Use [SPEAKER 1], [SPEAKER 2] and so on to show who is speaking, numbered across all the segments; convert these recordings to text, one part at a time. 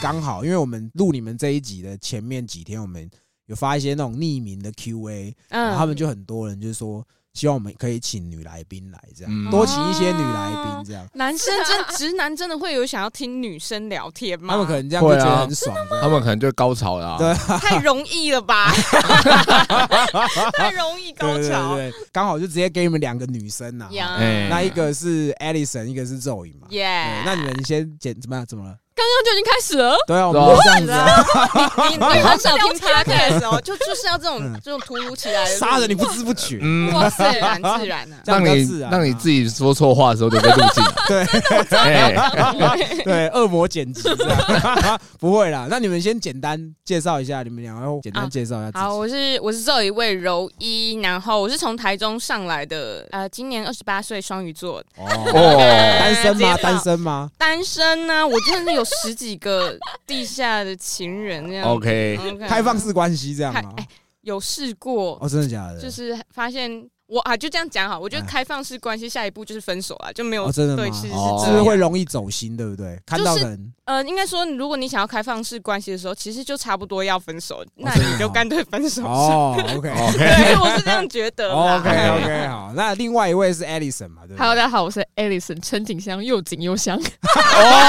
[SPEAKER 1] 刚好，因为我们录你们这一集的前面几天，我们有发一些那种匿名的 Q&A，、然
[SPEAKER 2] 嗯
[SPEAKER 1] 后他们就很多人就是说，希望我们可以请女来宾来，这样、
[SPEAKER 3] 嗯
[SPEAKER 1] 多请一些女来宾，这样、
[SPEAKER 2] 男生真直男真的会有想要听女生聊天吗？
[SPEAKER 1] 他们可能这样会觉得很爽。这样
[SPEAKER 3] 他们可能就高潮了、啊。
[SPEAKER 1] 对
[SPEAKER 2] 太容易了吧？太容易高
[SPEAKER 3] 啊
[SPEAKER 1] 对对
[SPEAKER 2] 潮。
[SPEAKER 1] 对，对刚好就直接给你们两个女生呐、
[SPEAKER 2] 呀
[SPEAKER 3] 哎
[SPEAKER 1] 那一个是 Alison，一个是 Zoe 嘛。
[SPEAKER 2] 耶
[SPEAKER 1] 对，那你们先简怎么样？怎么了？
[SPEAKER 4] 刚刚就已经开始了，
[SPEAKER 1] 对啊，我
[SPEAKER 3] 对
[SPEAKER 1] 们
[SPEAKER 3] 啊
[SPEAKER 1] 就这样子啊，
[SPEAKER 2] 你 你很少听 p o d
[SPEAKER 4] 天
[SPEAKER 2] c 哦，就就是要这种
[SPEAKER 1] 嗯
[SPEAKER 2] 这种突如其来的
[SPEAKER 1] 杀人你不知不觉， ，
[SPEAKER 3] 嗯，
[SPEAKER 2] 哇，自然自然啊
[SPEAKER 1] 这样
[SPEAKER 3] 让
[SPEAKER 1] 比较
[SPEAKER 3] 你
[SPEAKER 1] 自然啊
[SPEAKER 3] 让你 自己说错话的时候留在路径。
[SPEAKER 1] 对
[SPEAKER 3] 哎，
[SPEAKER 1] 对恶魔剪辑这样， 不会啦。那你们先简单介绍一下，你们两个简单介绍一下自己。
[SPEAKER 4] 好，我是我是这一位柔一，然后我是从台中上来的，呃，今年二十八岁，双鱼座，
[SPEAKER 1] 哦，
[SPEAKER 3] 哦，
[SPEAKER 1] 单身
[SPEAKER 4] 直
[SPEAKER 1] 吗？
[SPEAKER 4] 接
[SPEAKER 1] 单身吗？
[SPEAKER 4] 单身呢、我真的有十几个地下的情人 这样
[SPEAKER 3] OK，
[SPEAKER 4] OK
[SPEAKER 1] 开放式关系这样
[SPEAKER 4] 开
[SPEAKER 1] 吗？
[SPEAKER 4] 哎有试过，
[SPEAKER 1] 哦，真的假的？
[SPEAKER 4] 就是发现我啊，就这样讲好，我觉得
[SPEAKER 1] 哎
[SPEAKER 4] 开放式关系下一步就是分手啊，就没有、
[SPEAKER 1] 哦，真的
[SPEAKER 4] 对，
[SPEAKER 1] 吗？
[SPEAKER 4] 其实是
[SPEAKER 3] 哦
[SPEAKER 1] 是
[SPEAKER 4] 这
[SPEAKER 1] 不是
[SPEAKER 4] 样。
[SPEAKER 1] 会容易走心，对不对？看到人，
[SPEAKER 4] 呃，应该说，如果你想要开放式关系的时候，其实就差不多要分手，那
[SPEAKER 1] 哦真的
[SPEAKER 4] 你就
[SPEAKER 1] 吗
[SPEAKER 4] 干脆分手。
[SPEAKER 1] 哦，OK。
[SPEAKER 4] 对，我是这样觉得啦。
[SPEAKER 1] OK OK，好，那另外一位是 Alison 嘛，对不
[SPEAKER 5] 哈喽，
[SPEAKER 1] 对？
[SPEAKER 5] 大家好，我是 Alison 陈景香，又紧 又香。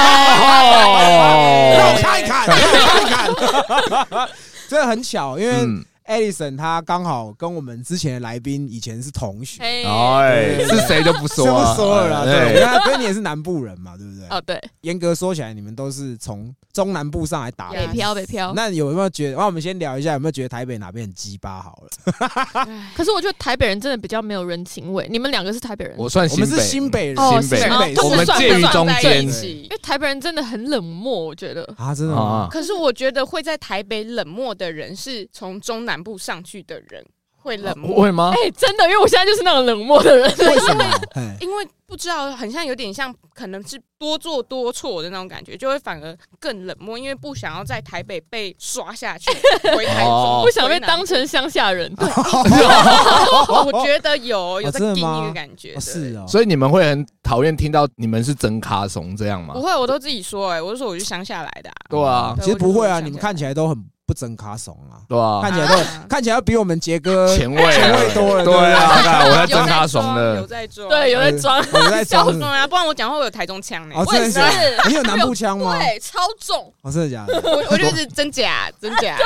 [SPEAKER 1] 哦让我
[SPEAKER 3] 哦，
[SPEAKER 1] 看一看，让我看一 看，这很巧，因为
[SPEAKER 3] 嗯，
[SPEAKER 1] Alison 她刚好跟我们之前的来宾以前是同学，
[SPEAKER 5] 嘿，
[SPEAKER 1] 哦
[SPEAKER 4] 哦
[SPEAKER 3] 哎，是谁就不
[SPEAKER 1] 是
[SPEAKER 3] 说
[SPEAKER 1] 不
[SPEAKER 3] 啊
[SPEAKER 1] 是说了啦，对，
[SPEAKER 3] 哎
[SPEAKER 1] 那所以你也是南部人嘛，对不对？
[SPEAKER 5] 哦，对，
[SPEAKER 1] 严格说起来，你们都是从中南部上来打
[SPEAKER 5] 北
[SPEAKER 1] 拼。
[SPEAKER 5] 漂，北漂。
[SPEAKER 1] 那有没有觉得？那我们先聊一下，有没有觉得台北哪边很鸡巴？好了，
[SPEAKER 5] 可是我觉得台北人真的比较没有人情味。你们两个是台北人，
[SPEAKER 3] 我算
[SPEAKER 1] 我
[SPEAKER 3] 哎新
[SPEAKER 1] 们是
[SPEAKER 3] 北，
[SPEAKER 1] 新北人，
[SPEAKER 5] 哦
[SPEAKER 3] 新北
[SPEAKER 1] 新
[SPEAKER 5] 哦
[SPEAKER 1] 北，
[SPEAKER 5] 都
[SPEAKER 3] 我
[SPEAKER 5] 是
[SPEAKER 3] 们
[SPEAKER 5] 算
[SPEAKER 3] 介于中
[SPEAKER 1] 算
[SPEAKER 3] 间
[SPEAKER 1] 在一
[SPEAKER 2] 起
[SPEAKER 5] 因为台北人真的很冷漠，我觉得。
[SPEAKER 1] 啊，真的
[SPEAKER 3] 啊
[SPEAKER 1] 吗？，
[SPEAKER 2] 可是我觉得会在台北冷漠的人，是从中南部上去的人会
[SPEAKER 1] 嗯
[SPEAKER 2] 冷
[SPEAKER 1] 哦
[SPEAKER 2] 漠，
[SPEAKER 3] 哦会吗？
[SPEAKER 5] 哎、真的，因为我现在就是那种冷漠的人。
[SPEAKER 1] 为什么？哎
[SPEAKER 2] 因为不知道，很像有点像，可能是多做多错的那种感觉，就会反而更冷漠，因为不想要在台北被刷下去，回台
[SPEAKER 3] 哦
[SPEAKER 2] 中，
[SPEAKER 5] 不想被当成乡下人，
[SPEAKER 1] 哦
[SPEAKER 2] 回南部。我觉得有有在
[SPEAKER 1] 真的
[SPEAKER 2] 定
[SPEAKER 1] 吗
[SPEAKER 2] 义的感觉，
[SPEAKER 1] 哦是
[SPEAKER 2] 对。
[SPEAKER 1] 哦，
[SPEAKER 3] 所以你们会很讨厌听到你们是真卡怂这样吗
[SPEAKER 2] 不？会，我都自己说，哎，我就说我是乡下来的啊，
[SPEAKER 3] 对啊，
[SPEAKER 1] 其实不会啊，
[SPEAKER 2] 对我就
[SPEAKER 1] 你们看起来都很不真卡怂啊，
[SPEAKER 3] 对啊
[SPEAKER 1] 看，起来都
[SPEAKER 2] 啊
[SPEAKER 1] 很看起来比我们杰哥
[SPEAKER 3] 前卫啊
[SPEAKER 1] 前卫多了，
[SPEAKER 3] 对啊，
[SPEAKER 1] 不
[SPEAKER 3] 看我在
[SPEAKER 2] 有
[SPEAKER 3] 真卡
[SPEAKER 2] 在
[SPEAKER 3] 怂
[SPEAKER 2] 装，有
[SPEAKER 3] 的，
[SPEAKER 2] 在装，
[SPEAKER 5] 对，有在装。
[SPEAKER 1] 对，我在 装
[SPEAKER 2] 装啊，不然我讲话会有台中腔呢。
[SPEAKER 1] 哦，
[SPEAKER 2] 我
[SPEAKER 1] 真的
[SPEAKER 2] 也是
[SPEAKER 1] 假的？你有南部腔吗？
[SPEAKER 5] 哎
[SPEAKER 2] 对，超重，
[SPEAKER 1] 哦，真的假的？
[SPEAKER 2] 我我就是真假真假，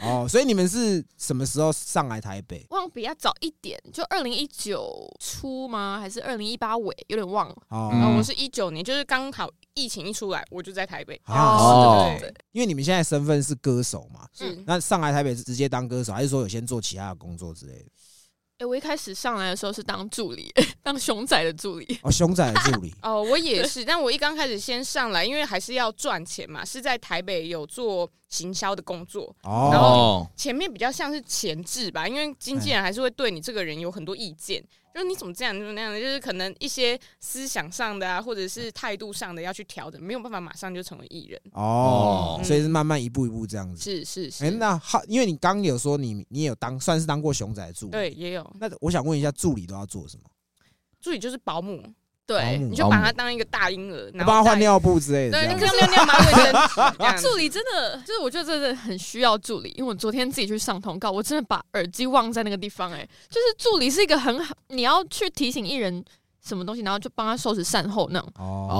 [SPEAKER 1] 哦，所以你们是什么时候上来台北？
[SPEAKER 5] 忘比较早一点，就二零一九初吗？还是二零一八尾？有点忘了。
[SPEAKER 1] 哦，
[SPEAKER 3] 嗯
[SPEAKER 2] 然后我是一九年，就是刚好疫情一出来，我就在台北。
[SPEAKER 1] 啊，
[SPEAKER 3] 哦
[SPEAKER 2] 对对嗯对
[SPEAKER 1] 因为你们现在身份是歌手嘛，
[SPEAKER 2] 是
[SPEAKER 1] 那上来台北是直接当歌手，还是说有先做其他的工作之类的？
[SPEAKER 5] 哎、我一开始上来的时候是当助理， 当熊仔的助理。
[SPEAKER 1] 哦，熊仔的助理
[SPEAKER 2] 哦，我也是，但我一刚开始先上来，因为还是要赚钱嘛，是在台北有做行销的工作，然
[SPEAKER 1] 哦，
[SPEAKER 3] 哦，
[SPEAKER 2] 前面比较像是前置吧，因为经纪
[SPEAKER 1] 哎
[SPEAKER 2] 人还是会对你这个人有很多意见，就是你怎么这样，你怎么那样的，就是可能一些思想上的啊，或者是态度上的要去调整，没有办法马上就成为艺人。
[SPEAKER 1] 哦，
[SPEAKER 2] 嗯
[SPEAKER 1] 所以是慢慢一步一步这样子。
[SPEAKER 2] 是是是，
[SPEAKER 1] 哎，那好，因为你刚有说你你也有当算是当过熊仔的助理，
[SPEAKER 2] 对，也有
[SPEAKER 1] 那我想问一下，助理都要做什么？
[SPEAKER 2] 助理就是保姆，
[SPEAKER 1] 保
[SPEAKER 5] 对
[SPEAKER 1] 姆，
[SPEAKER 2] 你就把他当一个大婴儿，然
[SPEAKER 1] 帮
[SPEAKER 2] 后
[SPEAKER 1] 他换
[SPEAKER 2] 带。
[SPEAKER 1] 尿啊布之类的这
[SPEAKER 2] 对，那
[SPEAKER 1] 样
[SPEAKER 2] 个
[SPEAKER 1] 子。
[SPEAKER 2] 尿尿拿卫生纸这样子
[SPEAKER 5] 助理真的就是，我觉得真的很需要助理，因为我昨天自己去上通告，我真的把耳机忘在那个地方、哎，就是助理是一个很好，你要去提醒艺人什么东西，然后就帮他收拾善后那种。
[SPEAKER 1] 哦，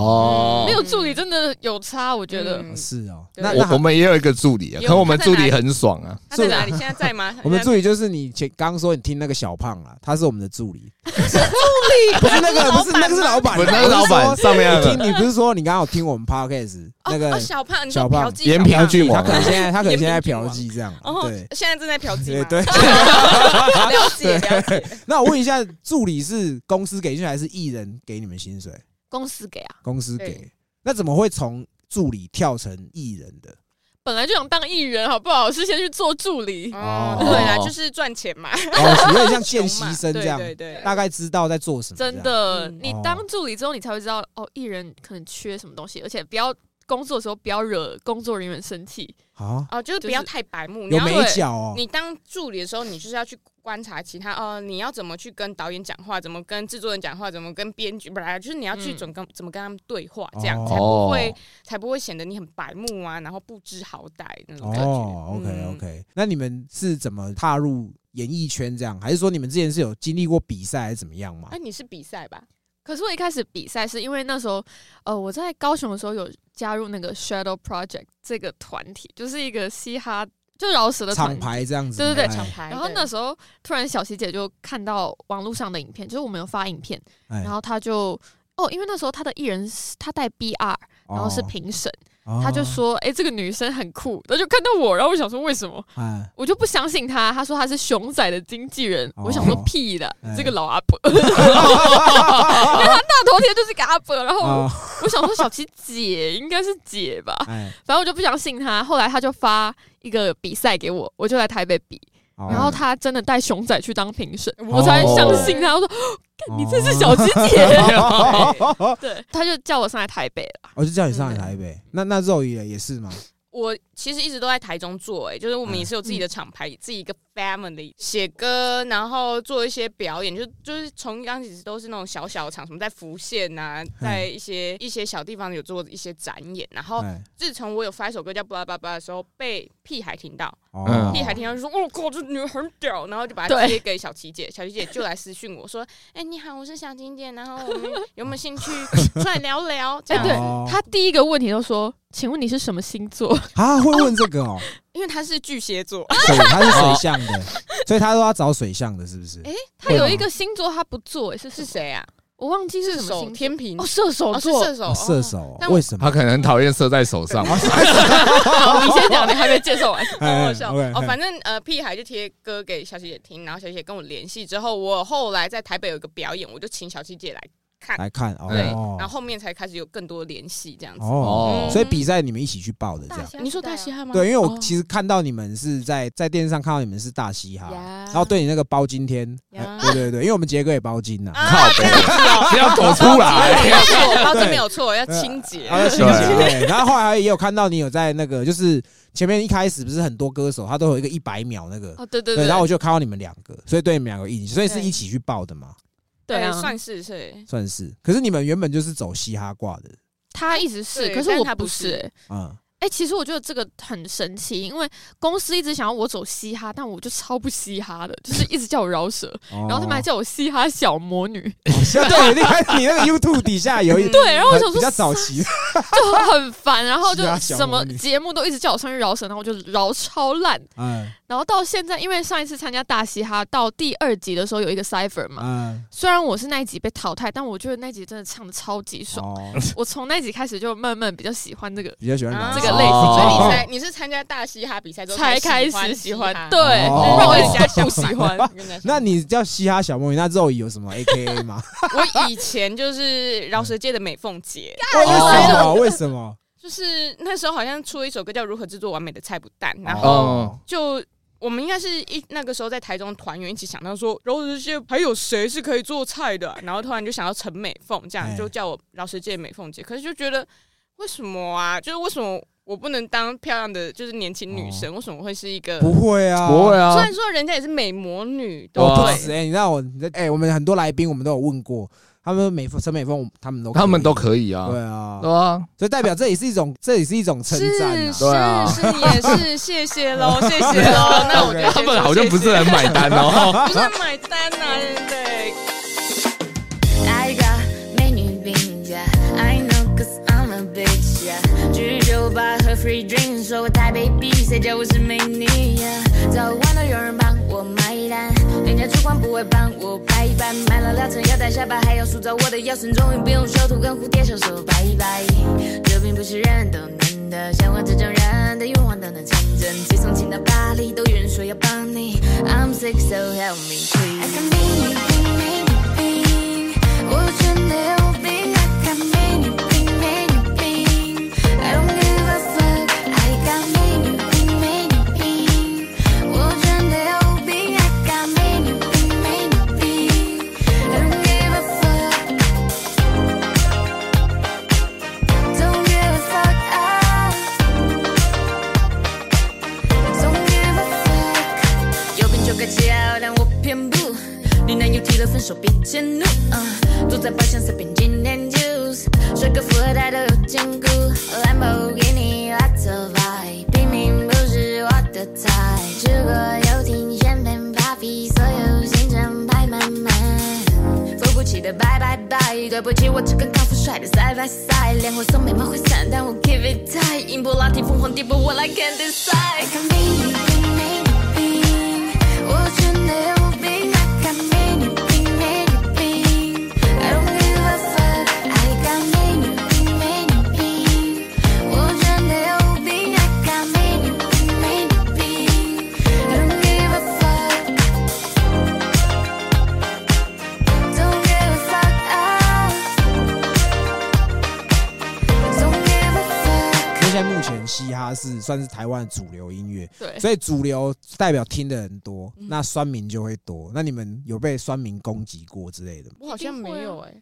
[SPEAKER 3] 哦
[SPEAKER 5] 没，有助理真的有差，我觉得。
[SPEAKER 2] 嗯
[SPEAKER 1] 是哦，
[SPEAKER 2] 对
[SPEAKER 1] 那那
[SPEAKER 3] 我我
[SPEAKER 1] 好
[SPEAKER 3] 们也有一个助理啊，
[SPEAKER 2] 有
[SPEAKER 3] 可我们助理很爽啊，
[SPEAKER 2] 他在哪里？现在在吗？
[SPEAKER 1] 我们助
[SPEAKER 2] 理
[SPEAKER 1] 理就是你前刚说你听那个小胖啦，他是我们的助理，助理不是那个，不是那个是老板啊，
[SPEAKER 3] 不是那个老板
[SPEAKER 1] 我是说
[SPEAKER 3] 上面那个
[SPEAKER 1] 你听，你不是说你刚好听我们 podcast 那个
[SPEAKER 2] 哦小胖，你
[SPEAKER 1] 小
[SPEAKER 2] 说
[SPEAKER 1] 胖
[SPEAKER 2] 嫖妓，
[SPEAKER 3] 延平郡
[SPEAKER 1] 他
[SPEAKER 3] 王
[SPEAKER 1] 可
[SPEAKER 3] 啊
[SPEAKER 1] 能，现在他可能现在
[SPEAKER 2] 严平
[SPEAKER 1] 嫖
[SPEAKER 2] 王
[SPEAKER 1] 妓这样，
[SPEAKER 2] 哦
[SPEAKER 1] 对，
[SPEAKER 2] 现在正在嫖妓
[SPEAKER 1] 对
[SPEAKER 2] 吗？
[SPEAKER 1] 对。啊
[SPEAKER 2] 了解了解。
[SPEAKER 1] 那我问一下，助理是公司给薪水还是艺人给你们薪水？
[SPEAKER 5] 公司给啊，
[SPEAKER 1] 公司给
[SPEAKER 2] 对，
[SPEAKER 1] 那怎么会从助理跳成艺人的？
[SPEAKER 5] 本来就想当艺人，好不好？是先去做助理，
[SPEAKER 2] 哦
[SPEAKER 1] 哦，
[SPEAKER 2] 对啦，就是赚 钱嘛，
[SPEAKER 1] 哦，有点像 见
[SPEAKER 2] 穷嘛
[SPEAKER 1] 习生这样，
[SPEAKER 2] 对对对，
[SPEAKER 1] 大概知道在做什么这样。
[SPEAKER 5] 真的。
[SPEAKER 2] 嗯
[SPEAKER 5] 你当助理之后，你才会知道哦，艺人可能缺什么东西，而且不要工作的时候不要惹工作人员生气。
[SPEAKER 1] 啊，
[SPEAKER 2] 哦，就是不
[SPEAKER 5] 就是
[SPEAKER 2] 要太白目，你
[SPEAKER 1] 有
[SPEAKER 2] 要
[SPEAKER 1] 美
[SPEAKER 5] 对
[SPEAKER 1] 角哦，
[SPEAKER 2] 你当助理的时候，你就是要去观察其他哦，你要怎么去跟导演讲话，怎么跟制作人讲话，怎么跟编剧，本来就是你要去
[SPEAKER 5] 嗯
[SPEAKER 2] 怎么跟、怎么跟他们对话，这样、
[SPEAKER 1] 哦
[SPEAKER 2] 才不会才不会显得你很白目啊，然后不知好歹那种感觉。
[SPEAKER 1] 哦，OK
[SPEAKER 2] 嗯
[SPEAKER 1] OK，那你们是怎么踏入演艺圈这样？还是说你们之前是有经历过比赛还是怎么样吗
[SPEAKER 2] 哎、？你是比赛吧？
[SPEAKER 5] 可是我一开始比赛是因为那时候，呃，我在高雄的时候有加入那个 Shadow Project 这个团体，就是一个嘻哈就饶舌的团
[SPEAKER 1] 厂
[SPEAKER 5] 体。
[SPEAKER 1] 牌这样子吗，
[SPEAKER 5] 对对对
[SPEAKER 1] 哎
[SPEAKER 2] 厂，牌。
[SPEAKER 5] 然后
[SPEAKER 2] 对
[SPEAKER 5] 那时候突然小琪姐就看到网络上的影片，就是我们有发影片，
[SPEAKER 1] 哎
[SPEAKER 5] 然后她就哦，因为那时候她的艺人是她带 BR，然后是
[SPEAKER 1] 哦
[SPEAKER 5] 评审，
[SPEAKER 1] 哦
[SPEAKER 5] 她就说哎、这个女生很酷，她就看到我，然后我想说为什么？
[SPEAKER 1] 哎，
[SPEAKER 5] 我就不相信她，她说她是熊仔的经纪人，
[SPEAKER 1] 哦
[SPEAKER 5] 我想说屁的，
[SPEAKER 1] 哎
[SPEAKER 5] 这个老阿伯，因为她大头贴就是个阿伯，然后我
[SPEAKER 1] 哦，
[SPEAKER 5] 我想说小琪姐应该是姐吧，
[SPEAKER 1] 哎，
[SPEAKER 5] 反正我就不相信她，后来她就发一个比赛给我，我就来台北比，
[SPEAKER 1] 好
[SPEAKER 5] 然后他真的带熊仔去当评审，
[SPEAKER 1] 哦
[SPEAKER 5] 我才相信他。我说
[SPEAKER 1] 哦
[SPEAKER 5] 你这是小鸡 姐，
[SPEAKER 1] 哦，
[SPEAKER 5] 对，他就叫我上来台北了。
[SPEAKER 1] 我就叫你上来台北。那那肉也也是嘛，
[SPEAKER 2] 我其实一直都在台中做、哎，就是我
[SPEAKER 5] 嗯
[SPEAKER 2] 们也是有自己的厂牌，自己一个 family 写歌，然后做一些表演，就就是从刚开始都是那种小小的场，什么在福县啊，
[SPEAKER 5] 嗯
[SPEAKER 2] 在一些一些小地方有做一些展演。然
[SPEAKER 5] 嗯
[SPEAKER 2] 后
[SPEAKER 1] 哎，
[SPEAKER 2] 自从我有发一首歌叫《巴拉巴拉巴拉》的时候，被屁孩听到，
[SPEAKER 1] 哦
[SPEAKER 2] 屁孩听到就说：“哦靠，这女人很屌！”然后就把它
[SPEAKER 5] 对
[SPEAKER 2] 贴给小琪姐，小琪姐就来私讯我说：“哎、你好，我是小琪姐，然后我们有没有兴趣出来聊聊？”这
[SPEAKER 5] 哎，
[SPEAKER 2] 样
[SPEAKER 5] 对
[SPEAKER 1] 哦
[SPEAKER 5] 他第一个问题就说：“请问你是什么星座
[SPEAKER 1] 啊， 会问这个 哦，
[SPEAKER 2] 因为他是巨蟹座，
[SPEAKER 1] 水他是水象的，所以他说要找水象的，是不是？
[SPEAKER 2] 哎？”
[SPEAKER 5] 他有一个星座他不做，哎是
[SPEAKER 2] 是
[SPEAKER 5] 是
[SPEAKER 2] 谁啊？
[SPEAKER 5] 我忘记是
[SPEAKER 2] 射
[SPEAKER 5] 什么
[SPEAKER 2] 手
[SPEAKER 5] 星座
[SPEAKER 2] 天平
[SPEAKER 5] 哦，射手
[SPEAKER 2] 哦，是
[SPEAKER 5] 座。
[SPEAKER 2] 射手，
[SPEAKER 1] 哦射
[SPEAKER 2] 哦
[SPEAKER 1] 手
[SPEAKER 2] 但我
[SPEAKER 1] 为什么
[SPEAKER 3] 他？可能很讨厌射在手上，
[SPEAKER 5] 好，
[SPEAKER 2] 哦
[SPEAKER 5] 你先讲，你还没介 绍完。
[SPEAKER 1] 哎
[SPEAKER 2] 好
[SPEAKER 1] 哎
[SPEAKER 2] 笑
[SPEAKER 1] ，OK，
[SPEAKER 2] 哦，反正呃，屁孩就贴歌给小琪姐听，然后小琪姐跟我联系之后，我后来在台北有一个表演，我就请小琪姐来，
[SPEAKER 1] 哎来看
[SPEAKER 3] 对
[SPEAKER 1] 哦
[SPEAKER 2] 然后后面才开始有更多联系这样子。
[SPEAKER 1] 哦
[SPEAKER 3] 嗯，
[SPEAKER 1] 所以比赛你们一起去报的这样。
[SPEAKER 2] 你说大
[SPEAKER 5] 啊
[SPEAKER 2] 嘻哈吗？
[SPEAKER 1] 对，因为我
[SPEAKER 2] 哦
[SPEAKER 1] 其实看到你们是在在电视上看到你们是大嘻哈，
[SPEAKER 2] 呀
[SPEAKER 1] 然后对你那个包金天，
[SPEAKER 2] 呀
[SPEAKER 1] 哎对对对，因为我们杰哥也包金呐，
[SPEAKER 3] 靠北， 不要走出
[SPEAKER 2] 啊没
[SPEAKER 3] 来。
[SPEAKER 2] 有错，包真没有错，要清洁。
[SPEAKER 1] 啊，
[SPEAKER 3] 对啊
[SPEAKER 1] 对，然后后来也有看到你有在那个，就是前面一开始不是很多歌手他都有一个一百秒那个，
[SPEAKER 5] 哦，对对
[SPEAKER 1] 对，然后我就看到你们两个，所以对你们两个印，所以是
[SPEAKER 2] 对
[SPEAKER 1] 一起去报的嘛，
[SPEAKER 5] 对啊，
[SPEAKER 2] 哎算是是。
[SPEAKER 1] 算是。可是你们原本就是走嘻哈挂的，
[SPEAKER 5] 他一直是，
[SPEAKER 2] 对
[SPEAKER 5] 可是
[SPEAKER 2] 但
[SPEAKER 5] 我
[SPEAKER 2] 他不
[SPEAKER 5] 不是。
[SPEAKER 2] 是
[SPEAKER 5] 哎
[SPEAKER 1] 嗯，
[SPEAKER 5] 哎，其实我觉得这个很神奇，因为公司一直想要我走嘻哈，但我就超不嘻哈的，就是一直叫我饶舌。
[SPEAKER 1] 然
[SPEAKER 5] 然后他们
[SPEAKER 1] 哦
[SPEAKER 5] 还叫我嘻哈小魔女，
[SPEAKER 1] 对，你看你那个 YouTube 底下有
[SPEAKER 2] 嗯
[SPEAKER 1] 一，
[SPEAKER 5] 对，然后我想
[SPEAKER 1] 比
[SPEAKER 5] 说
[SPEAKER 1] 较早期，
[SPEAKER 5] 就很烦，然后就
[SPEAKER 1] 嘻哈小
[SPEAKER 5] 什
[SPEAKER 1] 魔
[SPEAKER 5] 么
[SPEAKER 1] 女
[SPEAKER 5] 节目都一直叫我上去饶舌，然后我就饶超烂，
[SPEAKER 1] 嗯
[SPEAKER 5] 然后到现在，因为上一次参加大嘻哈到第二集的时候有一个 cipher 嘛，
[SPEAKER 1] 嗯，
[SPEAKER 5] 虽然我是那一集被淘汰，但我觉得那集真的唱的超级爽，
[SPEAKER 1] 哦，
[SPEAKER 5] 我从那集开始就慢慢比较喜欢这个。
[SPEAKER 1] 比较喜欢饶
[SPEAKER 2] 啊
[SPEAKER 1] 舌
[SPEAKER 5] 这个类型
[SPEAKER 2] 所以
[SPEAKER 3] 哦
[SPEAKER 2] 你才你是参加大嘻哈比赛之后
[SPEAKER 5] 才开
[SPEAKER 2] 开
[SPEAKER 5] 始喜
[SPEAKER 2] 喜
[SPEAKER 5] 欢
[SPEAKER 2] 嘻哈，
[SPEAKER 5] 对，
[SPEAKER 1] 哦
[SPEAKER 5] 让我一
[SPEAKER 2] 人
[SPEAKER 5] 直
[SPEAKER 2] 家
[SPEAKER 5] 不喜 欢。
[SPEAKER 1] 那你叫嘻哈小魔女，那肉姨有什么 A K A 吗？
[SPEAKER 2] 我以前就是饶舌界的美凤姐，
[SPEAKER 1] 为什么？为什么？
[SPEAKER 2] 就是那时候好像出了一首歌叫《如何制作完美的菜不淡》，然后
[SPEAKER 1] 哦
[SPEAKER 3] 哦，
[SPEAKER 2] 就我们应该是一那个时候在台中团员一起想到说饶舌界还有谁是可以做菜的啊、然后突然就想到陈美凤，这
[SPEAKER 1] 哎
[SPEAKER 2] 样就叫我饶舌界美凤姐。可是就觉得为什么啊？就是为什么我不能当漂亮的就是年轻女生？为什么我会是一个？
[SPEAKER 1] 哦不会啊，
[SPEAKER 3] 不会
[SPEAKER 2] 虽
[SPEAKER 3] 啊，
[SPEAKER 2] 然说人家也是美魔女，对
[SPEAKER 1] 我
[SPEAKER 2] 不
[SPEAKER 1] 不
[SPEAKER 2] 对？
[SPEAKER 1] 止 哎、欸，你知道我你在哎、我们很多来宾我们都有问过，他们美凤陈美凤他们都
[SPEAKER 3] 他们都
[SPEAKER 1] 以
[SPEAKER 3] 可以啊，
[SPEAKER 1] 对啊，
[SPEAKER 3] 对啊，
[SPEAKER 1] 所以代表这也是一种这也是一种称赞
[SPEAKER 2] 哦是
[SPEAKER 1] 啊。
[SPEAKER 3] 对啊
[SPEAKER 2] 是是，也是谢谢 喽，谢谢喽。那我就
[SPEAKER 3] 他
[SPEAKER 2] 先
[SPEAKER 3] 们
[SPEAKER 2] 说
[SPEAKER 3] 好像不
[SPEAKER 2] 谢
[SPEAKER 3] 是
[SPEAKER 2] 谢
[SPEAKER 3] 很买单哦。
[SPEAKER 2] 不是很买单呐，对。
[SPEAKER 6] I got many beans, yeah. I know cause I'm a bitch, yeah. 去酒吧喝 free drink，说我太卑鄙，谁叫我是美女呀？早晚都有人帮我买单，人家主管不会帮我排班，买了疗程要带下巴，还要塑造我的腰身，终于不用修图跟蝴蝶手说拜拜。这并不是人都能的，像我这种人的愿望都能成真。自从进到巴黎，都有人说要帮你，I'm sick so help me please。I got many beans, many beans。我全流病，I got many things, many things. I don't give a fuck. I got many things, many things. 我全流病，I got many things, many things. I don't give a fuck. Don't give a fuck. I 着分手别迁怒，嗯，坐在包厢随便点点 juice，帅哥富二代都有兼顾，Lamborghini lots of vibe，拼命不是我的菜，吃过游艇、香槟、party，所有行程排满满。付不起的拜拜拜，对不起，我只跟康夫帅的 side by side，脸会松眉毛会散，但我 give it time，音波拉提疯狂地步，What I can decide。我真的有病，I got many thing, many thing. I don't give a fuck, I got many thing, many thing. 我真的有病，I got many thing, many thing. I don't give a fuck. Don't give a fuck oh. out. Don't give a fuck.
[SPEAKER 1] 因为现在目前嘻哈是算是台湾的主流音乐，
[SPEAKER 2] 哎
[SPEAKER 5] 对
[SPEAKER 1] 所以主流代表听的人多，
[SPEAKER 2] 嗯
[SPEAKER 1] 那酸民就会多。那你们有被酸民攻击过之类的吗？
[SPEAKER 2] 我好像没有
[SPEAKER 5] 啊
[SPEAKER 2] 哎、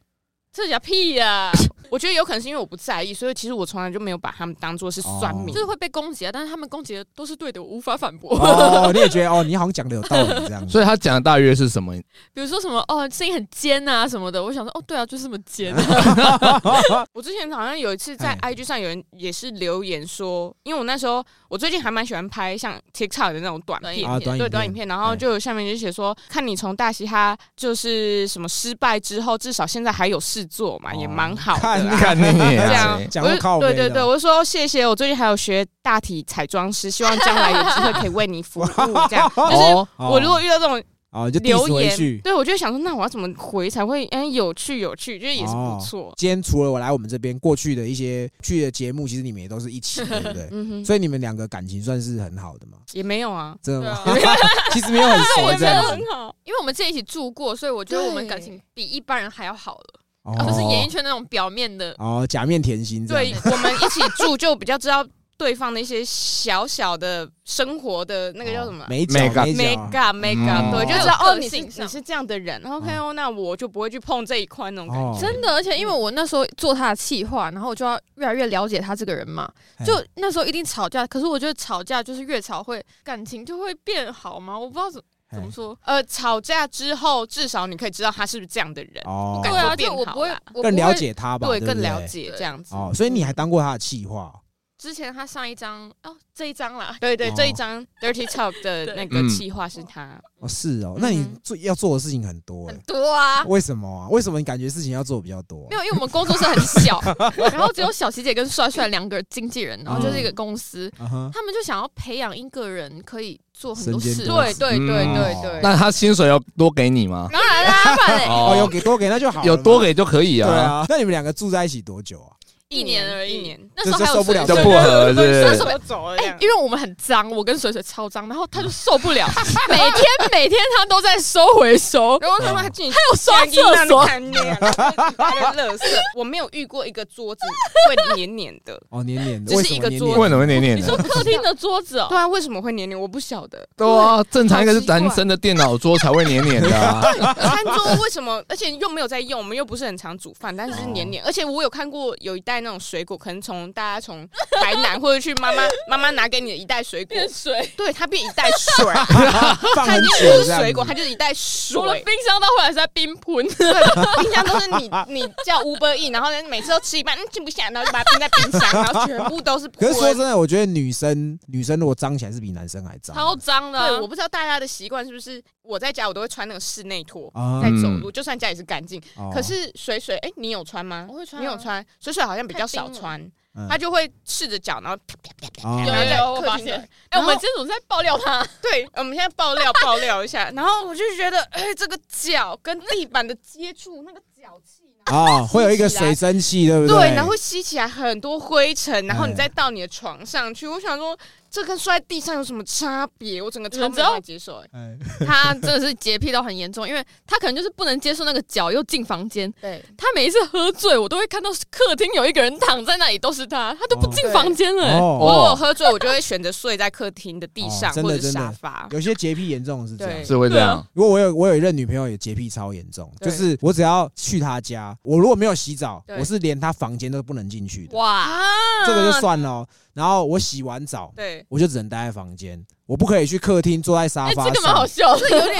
[SPEAKER 5] 这假屁
[SPEAKER 2] 啊
[SPEAKER 5] 呀、
[SPEAKER 2] 我觉得有可能是因为我不在意，所以其实我从来就没有把他们当做是酸民。
[SPEAKER 1] 哦
[SPEAKER 5] 就是会被攻击啊，但是他们攻击的都是对的，我无法反驳。
[SPEAKER 1] 哦，你也觉得哦，你好像讲的有道理这样子。
[SPEAKER 3] 所以他讲的大约是什么？
[SPEAKER 5] 比如说什么哦，声音很尖啊什么的，我想说哦，对啊，就是这么尖、
[SPEAKER 2] 我之前好像有一次在
[SPEAKER 1] 哎
[SPEAKER 2] IG 上有人也是留言说，因为我那时候我最近还蛮喜欢拍像 TikTok 的那种短
[SPEAKER 5] 短
[SPEAKER 2] 片
[SPEAKER 5] 影，
[SPEAKER 1] 啊，短
[SPEAKER 2] 对
[SPEAKER 1] 影
[SPEAKER 2] 短影
[SPEAKER 1] 片，
[SPEAKER 2] 片，然后就有下面就写说，看你从大嘻哈就是什么失败之后，至少现在还有事做嘛，
[SPEAKER 1] 哦
[SPEAKER 2] 也蛮好的
[SPEAKER 1] 看
[SPEAKER 2] 啦。
[SPEAKER 3] 看你
[SPEAKER 2] 这
[SPEAKER 3] 啊
[SPEAKER 2] 样，
[SPEAKER 3] 谁
[SPEAKER 1] 讲
[SPEAKER 2] 我
[SPEAKER 1] 到
[SPEAKER 2] 就
[SPEAKER 1] 靠背
[SPEAKER 2] 对对
[SPEAKER 1] 的
[SPEAKER 2] 对，我就说谢谢，我最近还有学大体彩妆师，希望将来有机会可以为你 服务。这样就是
[SPEAKER 3] 哦
[SPEAKER 2] 我如果遇到这种
[SPEAKER 1] 哦，你就 diss
[SPEAKER 2] 留
[SPEAKER 1] 回
[SPEAKER 2] 言
[SPEAKER 1] 去，。
[SPEAKER 2] 对我就会想说，那我要怎么回才会嗯有趣有趣，就是也是不
[SPEAKER 1] 哦
[SPEAKER 2] 错。
[SPEAKER 1] 今天除了我来我们这边过去的一些去的节目，其实你们也都是一起，对不对？
[SPEAKER 2] 嗯哼，
[SPEAKER 1] 所以你们两个感情算是很好的嘛？
[SPEAKER 2] 也没有啊，
[SPEAKER 1] 真的吗？
[SPEAKER 5] 对
[SPEAKER 1] 其实没有很熟这样子
[SPEAKER 2] 很好。
[SPEAKER 5] 因为我们之前一起住过，所以我觉得我们
[SPEAKER 2] 对
[SPEAKER 5] 感情比一般人还要好了，
[SPEAKER 1] 哦，
[SPEAKER 5] 啊就是演艺圈那种表面的。
[SPEAKER 1] 哦，假面甜心这
[SPEAKER 2] 对
[SPEAKER 1] 样。
[SPEAKER 2] 我们一起住就比较知道对方的一些小小的生活的那个
[SPEAKER 1] 哦
[SPEAKER 2] 叫什么。
[SPEAKER 1] 美
[SPEAKER 3] 美
[SPEAKER 1] 甲
[SPEAKER 3] 感
[SPEAKER 1] 美
[SPEAKER 2] make
[SPEAKER 1] 甲
[SPEAKER 2] up make up，、
[SPEAKER 3] 嗯
[SPEAKER 2] 对，就知道
[SPEAKER 5] 还有
[SPEAKER 2] 哦，你是
[SPEAKER 5] 个性上
[SPEAKER 2] 你是这样的人，OK 哦，那我就不会去碰这一块那种感觉。
[SPEAKER 1] 嗯哦
[SPEAKER 5] 真的，而且因为我那时候做他的企划，然后我就要越来越了解他这个人嘛
[SPEAKER 1] 嘿。
[SPEAKER 5] 就那时候一定吵架，可是我觉得吵架就是越吵会感情就会变好嘛，我不知道怎
[SPEAKER 1] 嘿哦
[SPEAKER 5] 怎么说。
[SPEAKER 2] 呃，吵架之后，至少你可以知道他是不是这样的人，
[SPEAKER 1] 哦
[SPEAKER 5] 对
[SPEAKER 2] 感
[SPEAKER 5] 啊，
[SPEAKER 2] 觉变
[SPEAKER 5] 就我
[SPEAKER 2] 好
[SPEAKER 5] 不会
[SPEAKER 2] 啦，
[SPEAKER 5] 我不
[SPEAKER 1] 更了
[SPEAKER 5] 会。
[SPEAKER 1] 解他吧？
[SPEAKER 2] 对，
[SPEAKER 1] 对，
[SPEAKER 2] 更了。解
[SPEAKER 5] 对
[SPEAKER 2] 这样子。
[SPEAKER 1] 哦，所以你还当过他的企划
[SPEAKER 5] 之前他上一张哦，这一张啦，
[SPEAKER 2] 对对，
[SPEAKER 1] 哦
[SPEAKER 2] 这一张 Dirty Talk 的那个
[SPEAKER 3] 嗯
[SPEAKER 2] 企划是他，
[SPEAKER 1] 哦？是哦，那你
[SPEAKER 2] 嗯
[SPEAKER 1] 做要做的事情很多哎
[SPEAKER 5] 很，多啊。
[SPEAKER 1] 为什么啊？为什么你感觉事情要做比较多
[SPEAKER 5] 没？有，因为我们工作室很小，然后只有小琪姐跟帅帅两个经纪人，然后就是一个公司，
[SPEAKER 1] 啊哈，
[SPEAKER 5] 他们就想要培养一个人可以做很多
[SPEAKER 1] 身兼
[SPEAKER 5] 事。
[SPEAKER 1] 多
[SPEAKER 5] 对，
[SPEAKER 1] 职
[SPEAKER 2] 对对对
[SPEAKER 1] 嗯
[SPEAKER 2] 对对，
[SPEAKER 3] 那他薪水要多给你吗？
[SPEAKER 5] 当然啦，不然嘞
[SPEAKER 1] 哦，有
[SPEAKER 3] 哦，
[SPEAKER 1] 给多给那就好了嘛，
[SPEAKER 3] 有多给就可以
[SPEAKER 1] 对
[SPEAKER 3] 啊，
[SPEAKER 1] 啊。那你们两个住在一起多久啊？
[SPEAKER 5] 一年而已
[SPEAKER 2] 一年，
[SPEAKER 5] 那时候还
[SPEAKER 1] 这
[SPEAKER 5] 有
[SPEAKER 1] 受不了
[SPEAKER 3] 就
[SPEAKER 5] 水
[SPEAKER 3] 不
[SPEAKER 5] 水
[SPEAKER 3] 合是不
[SPEAKER 5] 那
[SPEAKER 3] 是
[SPEAKER 5] 时候
[SPEAKER 2] 我走了这
[SPEAKER 5] 哎、
[SPEAKER 2] 样
[SPEAKER 5] 因为我们很脏，我跟水水超脏，然后他就受不了，每天每天他都在收回收，
[SPEAKER 2] 然后他们还进去
[SPEAKER 5] 还有 刷厕所，
[SPEAKER 2] 看你啊，乐色。我没有遇过一个桌子会黏黏的。
[SPEAKER 1] 哦，黏黏的，
[SPEAKER 2] 只
[SPEAKER 1] 为
[SPEAKER 2] 是
[SPEAKER 1] 什
[SPEAKER 2] 一
[SPEAKER 1] 么
[SPEAKER 2] 个
[SPEAKER 1] 黏
[SPEAKER 2] 桌
[SPEAKER 1] 黏
[SPEAKER 2] 子
[SPEAKER 1] 的
[SPEAKER 3] 为什么会黏黏
[SPEAKER 5] 你说
[SPEAKER 3] 的？
[SPEAKER 5] 客厅的桌子哦、
[SPEAKER 2] 对啊，为什么会黏黏？我不晓得。
[SPEAKER 3] 对啊，正常应该是
[SPEAKER 2] 好奇怪
[SPEAKER 3] 男生的电脑桌才会黏黏的啊。
[SPEAKER 2] 餐桌为什么？而且又没有在用，我们又不是很常煮饭，但是是黏黏。而且我有看过有一袋那种水果，可能从大家从台南或者去妈 妈妈妈拿给你的一袋 水果，
[SPEAKER 5] 变水，
[SPEAKER 2] 对，它变一袋水，
[SPEAKER 1] 放
[SPEAKER 2] 它
[SPEAKER 1] 很
[SPEAKER 2] 已经
[SPEAKER 1] 久
[SPEAKER 2] 不
[SPEAKER 1] 这
[SPEAKER 2] 是
[SPEAKER 1] 样
[SPEAKER 2] 水果，
[SPEAKER 1] 子
[SPEAKER 2] 它就是一袋
[SPEAKER 5] 除了
[SPEAKER 2] 水。
[SPEAKER 5] 冰箱到后来是在冰盆，
[SPEAKER 2] 对，冰箱都是你你叫 Uber E，然后呢每次都吃一半，嗯，停不下，然后就把它冰在冰箱， 然后全部都是
[SPEAKER 1] 可是说
[SPEAKER 2] 灰
[SPEAKER 1] 真的，我觉得女生女生如果脏起来是比男生还脏
[SPEAKER 5] 超脏的啊、
[SPEAKER 2] 对，我不知道大家的习惯是不是，我在家我都会穿那个室内拖
[SPEAKER 1] 啊
[SPEAKER 2] 在走路，就算家里是干净。
[SPEAKER 1] 哦
[SPEAKER 2] 可是水水，哎，你有穿吗
[SPEAKER 5] 我？会穿啊
[SPEAKER 2] 你有穿？水水好像比较少穿，
[SPEAKER 1] 嗯
[SPEAKER 2] 他就会赤着脚，然后啪啪啪啪。
[SPEAKER 1] 哦
[SPEAKER 5] 有
[SPEAKER 2] 然后在
[SPEAKER 5] 有有我
[SPEAKER 2] 客
[SPEAKER 5] 发
[SPEAKER 2] 厅的
[SPEAKER 5] 现，哎、我
[SPEAKER 2] 然
[SPEAKER 5] 们
[SPEAKER 2] 后
[SPEAKER 5] 今天总是在爆料他，
[SPEAKER 2] 对，我们现在爆料爆料一下，然后我就觉得，哎，这个脚跟地板的接触，那个脚气，
[SPEAKER 1] 啊，会有一个水蒸气，对不
[SPEAKER 2] 对，
[SPEAKER 1] 对，
[SPEAKER 2] 然后会吸起来很多灰尘，然后你
[SPEAKER 1] 哎
[SPEAKER 2] 再到你的床上去，我想说，这跟摔在地上有什么差别？我整个超
[SPEAKER 5] 人
[SPEAKER 2] 没
[SPEAKER 5] 只要
[SPEAKER 2] 办法接受，哎，
[SPEAKER 1] 哎
[SPEAKER 5] 他真的是洁癖到很严重，因为他可能就是不能接受那个脚又进房间。
[SPEAKER 2] 对，
[SPEAKER 5] 他每一次喝醉，我都会看到客厅有一个人躺在那里，都是他，他都不进房间了、欸。
[SPEAKER 1] 哦，
[SPEAKER 2] 我有喝醉，我就会选择睡在客厅的地上
[SPEAKER 1] 哦真的
[SPEAKER 2] 或者是
[SPEAKER 1] 真的
[SPEAKER 2] 沙发。
[SPEAKER 1] 有些洁癖严重的是这样
[SPEAKER 2] 对。
[SPEAKER 3] 是会这样，
[SPEAKER 1] 如果我有我有一任女朋友也洁癖超严重，
[SPEAKER 2] 对
[SPEAKER 1] 就是我只要去她家，我如果没有洗澡，
[SPEAKER 2] 对
[SPEAKER 1] 我是连她房间都不能进去的。
[SPEAKER 5] 哇，
[SPEAKER 2] 啊
[SPEAKER 1] 这个就算了哦，然后我洗完澡，
[SPEAKER 2] 对，
[SPEAKER 1] 我就只能待在房间，我不可以去客厅坐在沙
[SPEAKER 5] 哎，
[SPEAKER 1] 发
[SPEAKER 5] 这个蛮好
[SPEAKER 1] 上，
[SPEAKER 5] 笑的，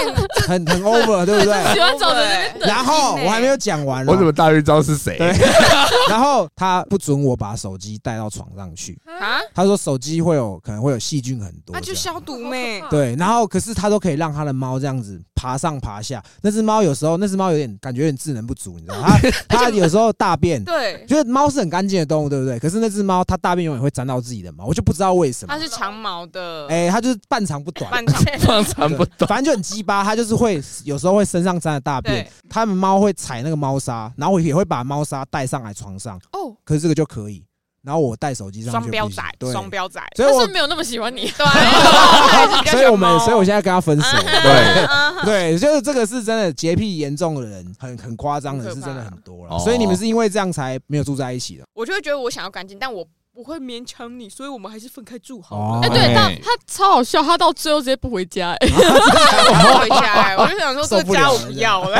[SPEAKER 1] 很很 over，对不 对？
[SPEAKER 5] 喜欢找人
[SPEAKER 1] 然后
[SPEAKER 2] 欸
[SPEAKER 1] 我还没有讲完哦，
[SPEAKER 3] 我怎么大约知道是谁？
[SPEAKER 1] 对 然后他不准我把手机带到床上 去，
[SPEAKER 2] 啊，
[SPEAKER 1] 他说手机会有可能会有细菌很多，
[SPEAKER 2] 那啊
[SPEAKER 1] 这
[SPEAKER 2] 就
[SPEAKER 1] 样
[SPEAKER 2] 消毒妹，
[SPEAKER 1] 对，然后可是他都可以让他的猫这样子爬上爬下。那只猫有时候，那只猫有点感觉有点智能不足，你知 道吗，它它有时候大便，
[SPEAKER 2] 对，
[SPEAKER 1] 就是猫是很干净的动物，对不对？可是那只猫它大便永远会沾到自己的毛，我就不知道为什么
[SPEAKER 2] 它。是长毛的，
[SPEAKER 1] 哎，它就是半长不短，
[SPEAKER 2] 啊 半长，
[SPEAKER 3] 放长不
[SPEAKER 1] 对
[SPEAKER 3] 短。
[SPEAKER 1] 反正就很鸡巴，它就是会有时候会身上沾的大便
[SPEAKER 2] 对，
[SPEAKER 1] 它们猫会踩那个猫砂，然后我也会把猫砂带上来床上，
[SPEAKER 5] 哦，
[SPEAKER 1] 可是这个就可以。然后我带手机上去
[SPEAKER 2] 双
[SPEAKER 1] 不
[SPEAKER 2] 标
[SPEAKER 1] 行
[SPEAKER 2] 仔，
[SPEAKER 1] 对，
[SPEAKER 2] 双标仔，
[SPEAKER 1] 所以
[SPEAKER 5] 但
[SPEAKER 1] 我
[SPEAKER 5] 是没有那么喜欢你，
[SPEAKER 2] 对啊，
[SPEAKER 1] 所以我们，所以我现在跟他分手。
[SPEAKER 3] 对，
[SPEAKER 1] 对，就是这个是真的洁癖严重的人，很很夸张的
[SPEAKER 2] 很可
[SPEAKER 1] 是
[SPEAKER 2] 怕哦
[SPEAKER 1] 真的很多了。
[SPEAKER 3] 哦
[SPEAKER 1] 所以你们是因为这样才没有住在一起的。
[SPEAKER 2] 我就会觉得我想要干净，但我不会勉强你，所以我们还是分开住好
[SPEAKER 1] 哦
[SPEAKER 2] 了。
[SPEAKER 5] 哎，对，但他超好笑，他到最后直接不回家，哎，
[SPEAKER 2] 我回家、哎我就想说
[SPEAKER 1] 受
[SPEAKER 2] 这
[SPEAKER 1] 不
[SPEAKER 2] 家
[SPEAKER 1] 了
[SPEAKER 2] 我
[SPEAKER 1] 了
[SPEAKER 2] 不要了，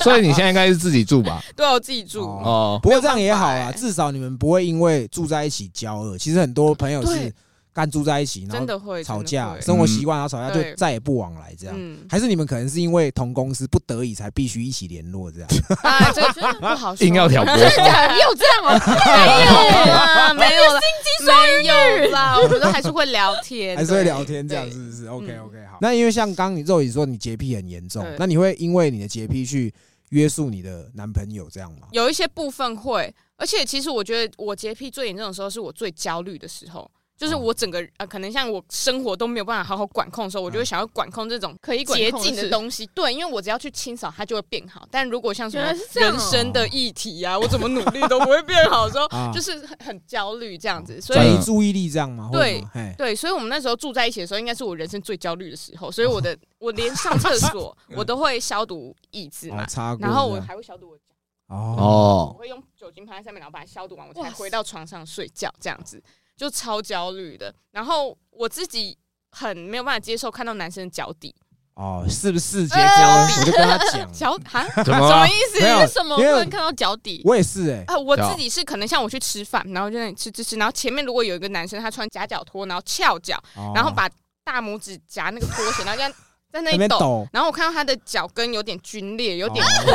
[SPEAKER 3] 所以你现在应该是自己住吧？
[SPEAKER 2] 对，啊我自己住。
[SPEAKER 1] 哦
[SPEAKER 3] 哦，
[SPEAKER 1] 不过这样也好
[SPEAKER 2] 没有
[SPEAKER 1] 啦，
[SPEAKER 2] 办法欸
[SPEAKER 1] 至少你们不会因为住在一起交恶。其实很多朋友是
[SPEAKER 5] 对
[SPEAKER 1] 干住在一起，然
[SPEAKER 2] 真
[SPEAKER 1] 后
[SPEAKER 2] 的会
[SPEAKER 1] 吵架，
[SPEAKER 2] 真的
[SPEAKER 1] 生活习惯然后吵架就
[SPEAKER 2] 对
[SPEAKER 1] 再也不往来这
[SPEAKER 2] 会
[SPEAKER 1] 样。
[SPEAKER 2] 嗯，
[SPEAKER 1] 还是你们可能是因为同公司不得已才必须一起联络这样。
[SPEAKER 2] 啊，这个不好说，
[SPEAKER 3] 硬要 挑拨。
[SPEAKER 5] 你有这样啊？
[SPEAKER 2] 没有啦，没 有了，心机双鱼啦，我们都还是会聊天，
[SPEAKER 1] 还是会
[SPEAKER 2] 对
[SPEAKER 1] 聊天这样，
[SPEAKER 2] 对嗯
[SPEAKER 1] 是不是？OK OK 好。那因为像刚你肉姨说你洁癖很严重
[SPEAKER 2] 对，
[SPEAKER 1] 那你会因为你的洁癖去约束你的男朋友这样吗？
[SPEAKER 2] 有一些部分会，而且其实我觉得我洁癖最严重的时候是我最焦虑的时候。
[SPEAKER 1] 哦
[SPEAKER 2] 就是我整个呃，可能像我生活都没有办法好好管控的时候，我
[SPEAKER 1] 嗯
[SPEAKER 2] 就会想要管控这种
[SPEAKER 5] 可以管
[SPEAKER 2] 洁
[SPEAKER 5] 控
[SPEAKER 2] 净的
[SPEAKER 5] 是
[SPEAKER 2] 东西。对，因为我只要去清扫，它就会变好。但如果像什
[SPEAKER 5] 原来
[SPEAKER 2] 么
[SPEAKER 5] 是这样哦
[SPEAKER 2] 人生的议题啊，我怎么努力都不会变好的时候，
[SPEAKER 1] 啊
[SPEAKER 2] 就是很很焦虑这样子。所
[SPEAKER 1] 转
[SPEAKER 2] 以
[SPEAKER 1] 移注意力这样吗？
[SPEAKER 2] 对
[SPEAKER 1] 或者什么，嘿
[SPEAKER 2] 对，所以我们那时候住在一起的时候，应该是我人生最焦虑的时候。所以 我的我连上厕所我都会消毒椅子
[SPEAKER 1] 哦
[SPEAKER 2] 嘛，
[SPEAKER 1] 擦过这样，
[SPEAKER 2] 然后我还会消毒我脚，
[SPEAKER 1] 哦，
[SPEAKER 2] 我
[SPEAKER 3] 哦，
[SPEAKER 2] 会用酒精喷在上面，然后把它消毒完，我
[SPEAKER 5] 哇
[SPEAKER 2] 才
[SPEAKER 5] 塞
[SPEAKER 2] 回到床上睡觉，这样子就超焦虑的。然后我自己很没有办法接受看到男生的脚底，
[SPEAKER 1] 哦，是不是姐
[SPEAKER 2] 哎
[SPEAKER 1] 姐？我就跟他讲，
[SPEAKER 2] 脚哈
[SPEAKER 3] 怎
[SPEAKER 2] 什
[SPEAKER 3] 么
[SPEAKER 2] 啊么
[SPEAKER 3] 了
[SPEAKER 2] 意思？
[SPEAKER 1] 嗯没有
[SPEAKER 5] 为什么不
[SPEAKER 1] 因为
[SPEAKER 5] 能看到脚底？
[SPEAKER 1] 我也是哎，
[SPEAKER 2] 啊，我
[SPEAKER 3] 对啊
[SPEAKER 2] 自己是可能像我去吃饭，然后就在那里吃吃吃，然后前面如果有一个男生他穿夹脚拖，然后翘脚，
[SPEAKER 1] 哦
[SPEAKER 2] 啊然后把大拇指夹那个拖 鞋，然后这样在那
[SPEAKER 1] 那
[SPEAKER 2] 里
[SPEAKER 1] 边
[SPEAKER 2] 抖，
[SPEAKER 1] 抖，
[SPEAKER 2] 然后我看到他的脚跟有点皲裂，有点
[SPEAKER 1] 哦
[SPEAKER 2] 灰，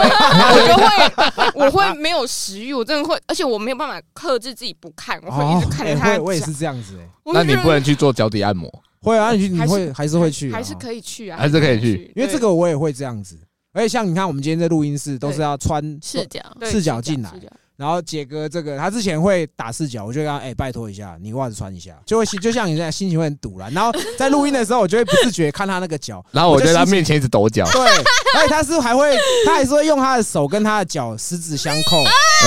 [SPEAKER 2] 我就会我会没有食欲，我真的会，而且我没有办法克制自己不看，我会一直看着
[SPEAKER 1] 哦
[SPEAKER 2] 他
[SPEAKER 1] 哎会
[SPEAKER 2] 的
[SPEAKER 1] 我也
[SPEAKER 2] 脚。
[SPEAKER 1] 是这样子哎，
[SPEAKER 2] 我就
[SPEAKER 3] 那你
[SPEAKER 2] 觉得
[SPEAKER 3] 不能去做脚底按摩，
[SPEAKER 1] 会啊，你去你
[SPEAKER 2] 还是
[SPEAKER 1] 会还是会 去啊，
[SPEAKER 2] 还是可以去啊，
[SPEAKER 3] 还是可以去
[SPEAKER 1] 因为这个我也会这样子。而且像你看，我们今天在录音室都是要穿
[SPEAKER 5] 是这样，
[SPEAKER 2] 对
[SPEAKER 1] 视角哦进来
[SPEAKER 2] 视角视角
[SPEAKER 1] 然后杰哥这个，他之前会打视角，我就跟他哎、拜托一下，你袜子穿一下，就会心就像你这样心情会很堵然。然后在录音的时候，我就会不自觉看他那个 脚，
[SPEAKER 3] 然后我
[SPEAKER 1] 就
[SPEAKER 3] 在他
[SPEAKER 1] 心情
[SPEAKER 3] 面前一直抖脚。
[SPEAKER 1] 对，而且他是还会，他还是会用他的手跟他的脚十指相扣，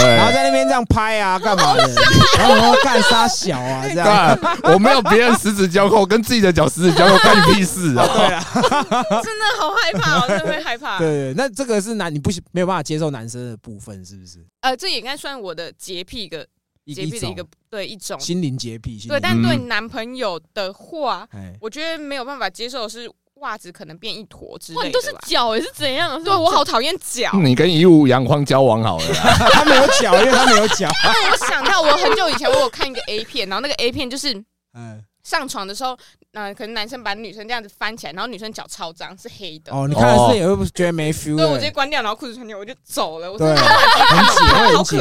[SPEAKER 1] 然后
[SPEAKER 3] 对，
[SPEAKER 1] 在那边这样拍啊，干嘛的？然后我说干啥小啊 这样。
[SPEAKER 3] 干，我没有别人十指交扣，跟自己的脚十指交扣，干你屁事啊！
[SPEAKER 1] 对啊，
[SPEAKER 2] 真的好害怕哦，真的会害 怕。
[SPEAKER 1] 对对，那这个是男你不行没有办法接受男生的部分，是不是？
[SPEAKER 2] 呃，这也应该算我的洁癖一个
[SPEAKER 1] 一
[SPEAKER 2] 洁癖的一个
[SPEAKER 1] 种
[SPEAKER 2] 对一种
[SPEAKER 1] 心灵洁癖，心
[SPEAKER 2] 对，
[SPEAKER 1] 灵
[SPEAKER 2] 但对
[SPEAKER 3] 嗯
[SPEAKER 2] 男朋友的话，
[SPEAKER 1] 哎，
[SPEAKER 2] 我觉得没有办法接受的是袜子可能变一坨之
[SPEAKER 5] 哇，
[SPEAKER 2] 类
[SPEAKER 5] 你都是
[SPEAKER 2] 的吧。
[SPEAKER 5] 脚，也是怎样？
[SPEAKER 2] 对我好讨厌脚，
[SPEAKER 3] 你跟一五阳光交往好了啦，
[SPEAKER 1] 他没有脚，因为他没有脚，
[SPEAKER 2] 我想到我很久以前我有看一个 A 片，然后那个 A 片就是
[SPEAKER 1] 嗯，
[SPEAKER 2] 上床的时候，呃，可能男生把女生这样子翻起来，然后女生脚超脏，是黑的。
[SPEAKER 1] 哦，你看了是也会觉得没 feel，
[SPEAKER 2] 对，
[SPEAKER 1] 了
[SPEAKER 2] 我直接关掉，然后裤子穿掉，我就走了。我真
[SPEAKER 1] 对，
[SPEAKER 2] 的
[SPEAKER 1] 很解，会很解。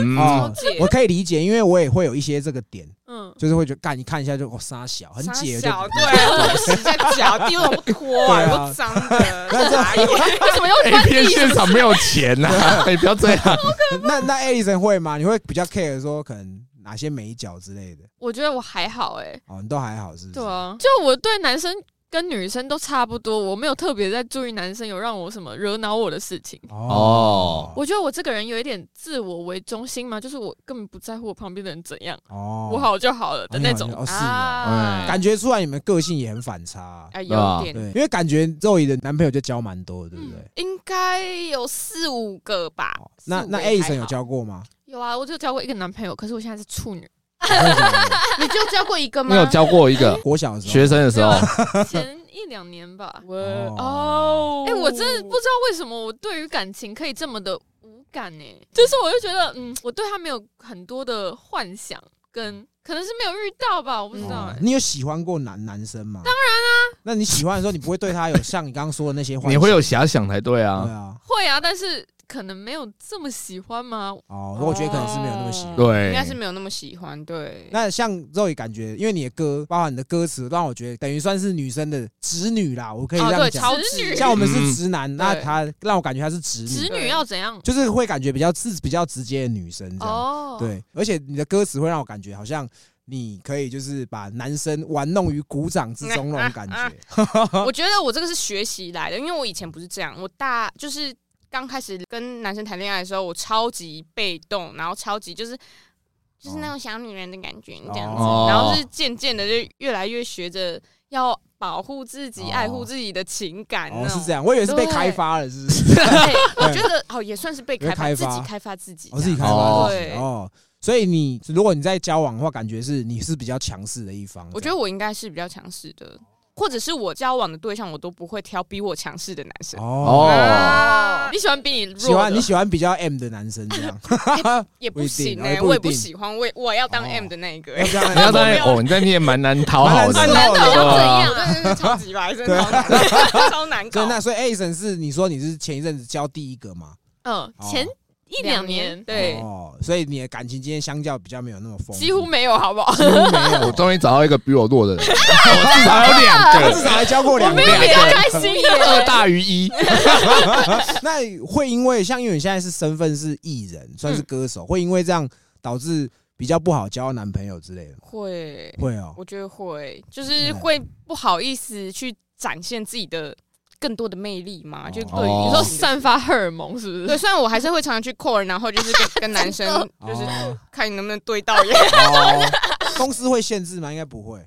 [SPEAKER 3] 嗯，
[SPEAKER 1] 哦
[SPEAKER 2] 了解，
[SPEAKER 1] 我可以理解，因为我也会有一些这个点，
[SPEAKER 5] 嗯，
[SPEAKER 1] 就是会觉得干，你看一下就哦，沙小，很
[SPEAKER 2] 傻
[SPEAKER 1] 解就。
[SPEAKER 2] 小对，我洗一下脚，地上不拖 啊，
[SPEAKER 1] 对啊
[SPEAKER 2] 我脏的。
[SPEAKER 1] 那 这
[SPEAKER 5] 为什么要
[SPEAKER 3] 哎
[SPEAKER 5] 关，
[SPEAKER 3] 偏
[SPEAKER 5] 闭？
[SPEAKER 3] 现场没有钱呐，哎，不要这样。
[SPEAKER 1] 那 那艾丽森会吗？你会比较 care 说可能哪些美角之类的？
[SPEAKER 5] 我觉得我还好哎，
[SPEAKER 1] 哦，你都还好是不是？
[SPEAKER 5] 对啊，就我对男生跟女生都差不多，我没有特别在注意男生有让我什么惹恼我的事情。
[SPEAKER 3] 哦
[SPEAKER 5] 我觉得我这个人有一点自我为中心嘛，就是我根本不在乎我旁边的人怎样，
[SPEAKER 1] 哦，
[SPEAKER 5] 我好就好了的
[SPEAKER 1] 哦
[SPEAKER 5] 那
[SPEAKER 1] 你好
[SPEAKER 5] 种。
[SPEAKER 1] 哦，是哦，
[SPEAKER 3] 哎
[SPEAKER 2] 啊，
[SPEAKER 1] 感觉出来你们个性也很反差啊。
[SPEAKER 2] 啊
[SPEAKER 3] 对啊
[SPEAKER 2] 有点
[SPEAKER 1] 对，因为感觉肉姨的男朋友就交蛮多的，对不对？
[SPEAKER 5] 嗯
[SPEAKER 2] 应该有四五个吧
[SPEAKER 1] 哦。那
[SPEAKER 2] 四五
[SPEAKER 1] 那
[SPEAKER 2] 个
[SPEAKER 1] A
[SPEAKER 2] 还
[SPEAKER 1] 神有
[SPEAKER 2] 好
[SPEAKER 1] 交过吗？
[SPEAKER 5] 有啊，我就交过一个男朋友，可是我现在是处女，
[SPEAKER 2] 你就交过一个
[SPEAKER 3] 你有
[SPEAKER 2] 吗？。
[SPEAKER 3] 教过一个
[SPEAKER 1] 国小的时候，
[SPEAKER 3] 学生的时
[SPEAKER 5] 哦
[SPEAKER 3] 候，
[SPEAKER 5] 前一两年吧
[SPEAKER 2] 我
[SPEAKER 1] 哦
[SPEAKER 2] 哦，
[SPEAKER 5] 哎、我真的不知道为什么我对于感情可以欸这么的无感呢、就是我就觉得，嗯，我对他没有很多的幻想，跟可能是没有遇到吧，我不知
[SPEAKER 1] 哦
[SPEAKER 5] 道哎、
[SPEAKER 1] 你有喜欢过男男生吗？当然啊。那你喜欢的时候，你不会对他有像你刚刚说的那些幻想？
[SPEAKER 3] 你会有遐想才对
[SPEAKER 1] 对
[SPEAKER 3] 啊。
[SPEAKER 1] 啊。
[SPEAKER 5] 会啊，但是可能没有这么喜欢吗？
[SPEAKER 1] 哦，我觉得可能是没有那么喜欢。
[SPEAKER 3] 对，
[SPEAKER 2] 应该是没有那么喜欢，对，
[SPEAKER 1] 那像 Zoe 感觉，因为你的歌，包含你的歌词，让我觉得等于算是女生的直女啦，我可以这
[SPEAKER 5] 啊
[SPEAKER 2] 哦
[SPEAKER 1] 样
[SPEAKER 2] 对，
[SPEAKER 1] 哎讲。
[SPEAKER 2] 超
[SPEAKER 5] 直
[SPEAKER 2] 直
[SPEAKER 5] 女
[SPEAKER 1] 像我们是
[SPEAKER 3] 嗯
[SPEAKER 1] 直男，那
[SPEAKER 2] 对
[SPEAKER 1] 她让我感觉她是直
[SPEAKER 5] 直
[SPEAKER 1] 女，
[SPEAKER 5] 女要怎样？
[SPEAKER 1] 就是会感觉比较是比较直接的女生这样。
[SPEAKER 5] 哦，，
[SPEAKER 1] 对，而且你的歌词会让我感觉好像你可以就是把男生玩弄于鼓掌之中那种感觉。
[SPEAKER 2] 我觉得我这个是学习来的，因为我以前不是这样，我大就是刚开始跟男生谈恋爱的时候，我超级被动，然后超级就是就是
[SPEAKER 1] 哦
[SPEAKER 2] 那种小女人的感觉这样子，
[SPEAKER 3] 哦
[SPEAKER 2] 然后是渐渐的就越来越学着要保护自己、
[SPEAKER 1] 哦
[SPEAKER 2] 爱护自己的情感
[SPEAKER 1] 哦，
[SPEAKER 2] 那
[SPEAKER 1] 是
[SPEAKER 2] 种。
[SPEAKER 1] 这样，我以为是被
[SPEAKER 2] 对
[SPEAKER 1] 开发了，是不 是？
[SPEAKER 2] 对，我觉得哦也算是被开发，
[SPEAKER 1] 被开
[SPEAKER 2] 自
[SPEAKER 1] 发
[SPEAKER 2] 己开发自己这
[SPEAKER 1] 我
[SPEAKER 2] 样，
[SPEAKER 1] 自哦己开发自己
[SPEAKER 2] 对
[SPEAKER 1] 哦。所以你如果你在交往的话，感觉是你是比较强势的一方。
[SPEAKER 2] 我觉得我应该是比较强势的，或者是我交往的对象，我都不会挑比我强势的男
[SPEAKER 1] 这
[SPEAKER 2] 生。
[SPEAKER 1] 样哦，
[SPEAKER 2] 啊
[SPEAKER 3] 哦，
[SPEAKER 5] 你喜欢比你弱的
[SPEAKER 1] 喜欢你喜欢比较 M 的男生这样，
[SPEAKER 2] 也
[SPEAKER 1] 不
[SPEAKER 2] 不
[SPEAKER 1] 一定
[SPEAKER 2] 行
[SPEAKER 1] 哦也
[SPEAKER 2] 哎、
[SPEAKER 1] 不
[SPEAKER 2] 我
[SPEAKER 1] 一
[SPEAKER 2] 也不
[SPEAKER 1] 定
[SPEAKER 2] 喜欢，我也我要当
[SPEAKER 1] 哦
[SPEAKER 2] M 的那一
[SPEAKER 1] 要
[SPEAKER 2] 个、哎
[SPEAKER 1] 不然
[SPEAKER 3] 你要当
[SPEAKER 1] 没
[SPEAKER 3] 然
[SPEAKER 1] 有
[SPEAKER 3] 哦，你在你也蛮难讨好的，
[SPEAKER 1] 蛮
[SPEAKER 3] 对
[SPEAKER 1] 难讨好的
[SPEAKER 3] 啊
[SPEAKER 2] 我真的是超级白，真的超难搞，超难
[SPEAKER 1] 啊真
[SPEAKER 2] 搞。
[SPEAKER 1] 的，所以 A 神是你说你是前一阵子交第一个嘛？
[SPEAKER 5] 嗯，前
[SPEAKER 1] 哦
[SPEAKER 5] 一两年
[SPEAKER 2] 对，
[SPEAKER 1] 哦，所以你的感情今天相较比较没有那么丰富，
[SPEAKER 5] 几乎没有，好不好？
[SPEAKER 1] 几乎没有，
[SPEAKER 3] 我终于找到一个比我弱的人，我至少有两
[SPEAKER 1] 他 至
[SPEAKER 3] 个，
[SPEAKER 1] 少还交过两个。
[SPEAKER 5] 比较开心
[SPEAKER 3] 二
[SPEAKER 5] 耶。
[SPEAKER 3] 大于一。
[SPEAKER 1] 那会因为像因为你现在是身份是艺人，算是歌手，会因为这样导致比较不好交到男朋友之类的吗，
[SPEAKER 2] 会，
[SPEAKER 1] 会哦。
[SPEAKER 2] 我觉得会，
[SPEAKER 1] 嗯
[SPEAKER 2] 就是会不好意思去展现自己的更多的魅力嘛，就对于
[SPEAKER 3] 哦
[SPEAKER 5] 你
[SPEAKER 2] 异
[SPEAKER 5] 说
[SPEAKER 2] 性的
[SPEAKER 5] 散发荷尔蒙是不
[SPEAKER 2] 对，
[SPEAKER 5] 是？
[SPEAKER 2] 虽然我还是会常常去 call，然后就是 跟跟男生就是
[SPEAKER 1] 哦
[SPEAKER 2] 看你能不能对到 耶。
[SPEAKER 1] 哦，公司会限制吗？应该不会。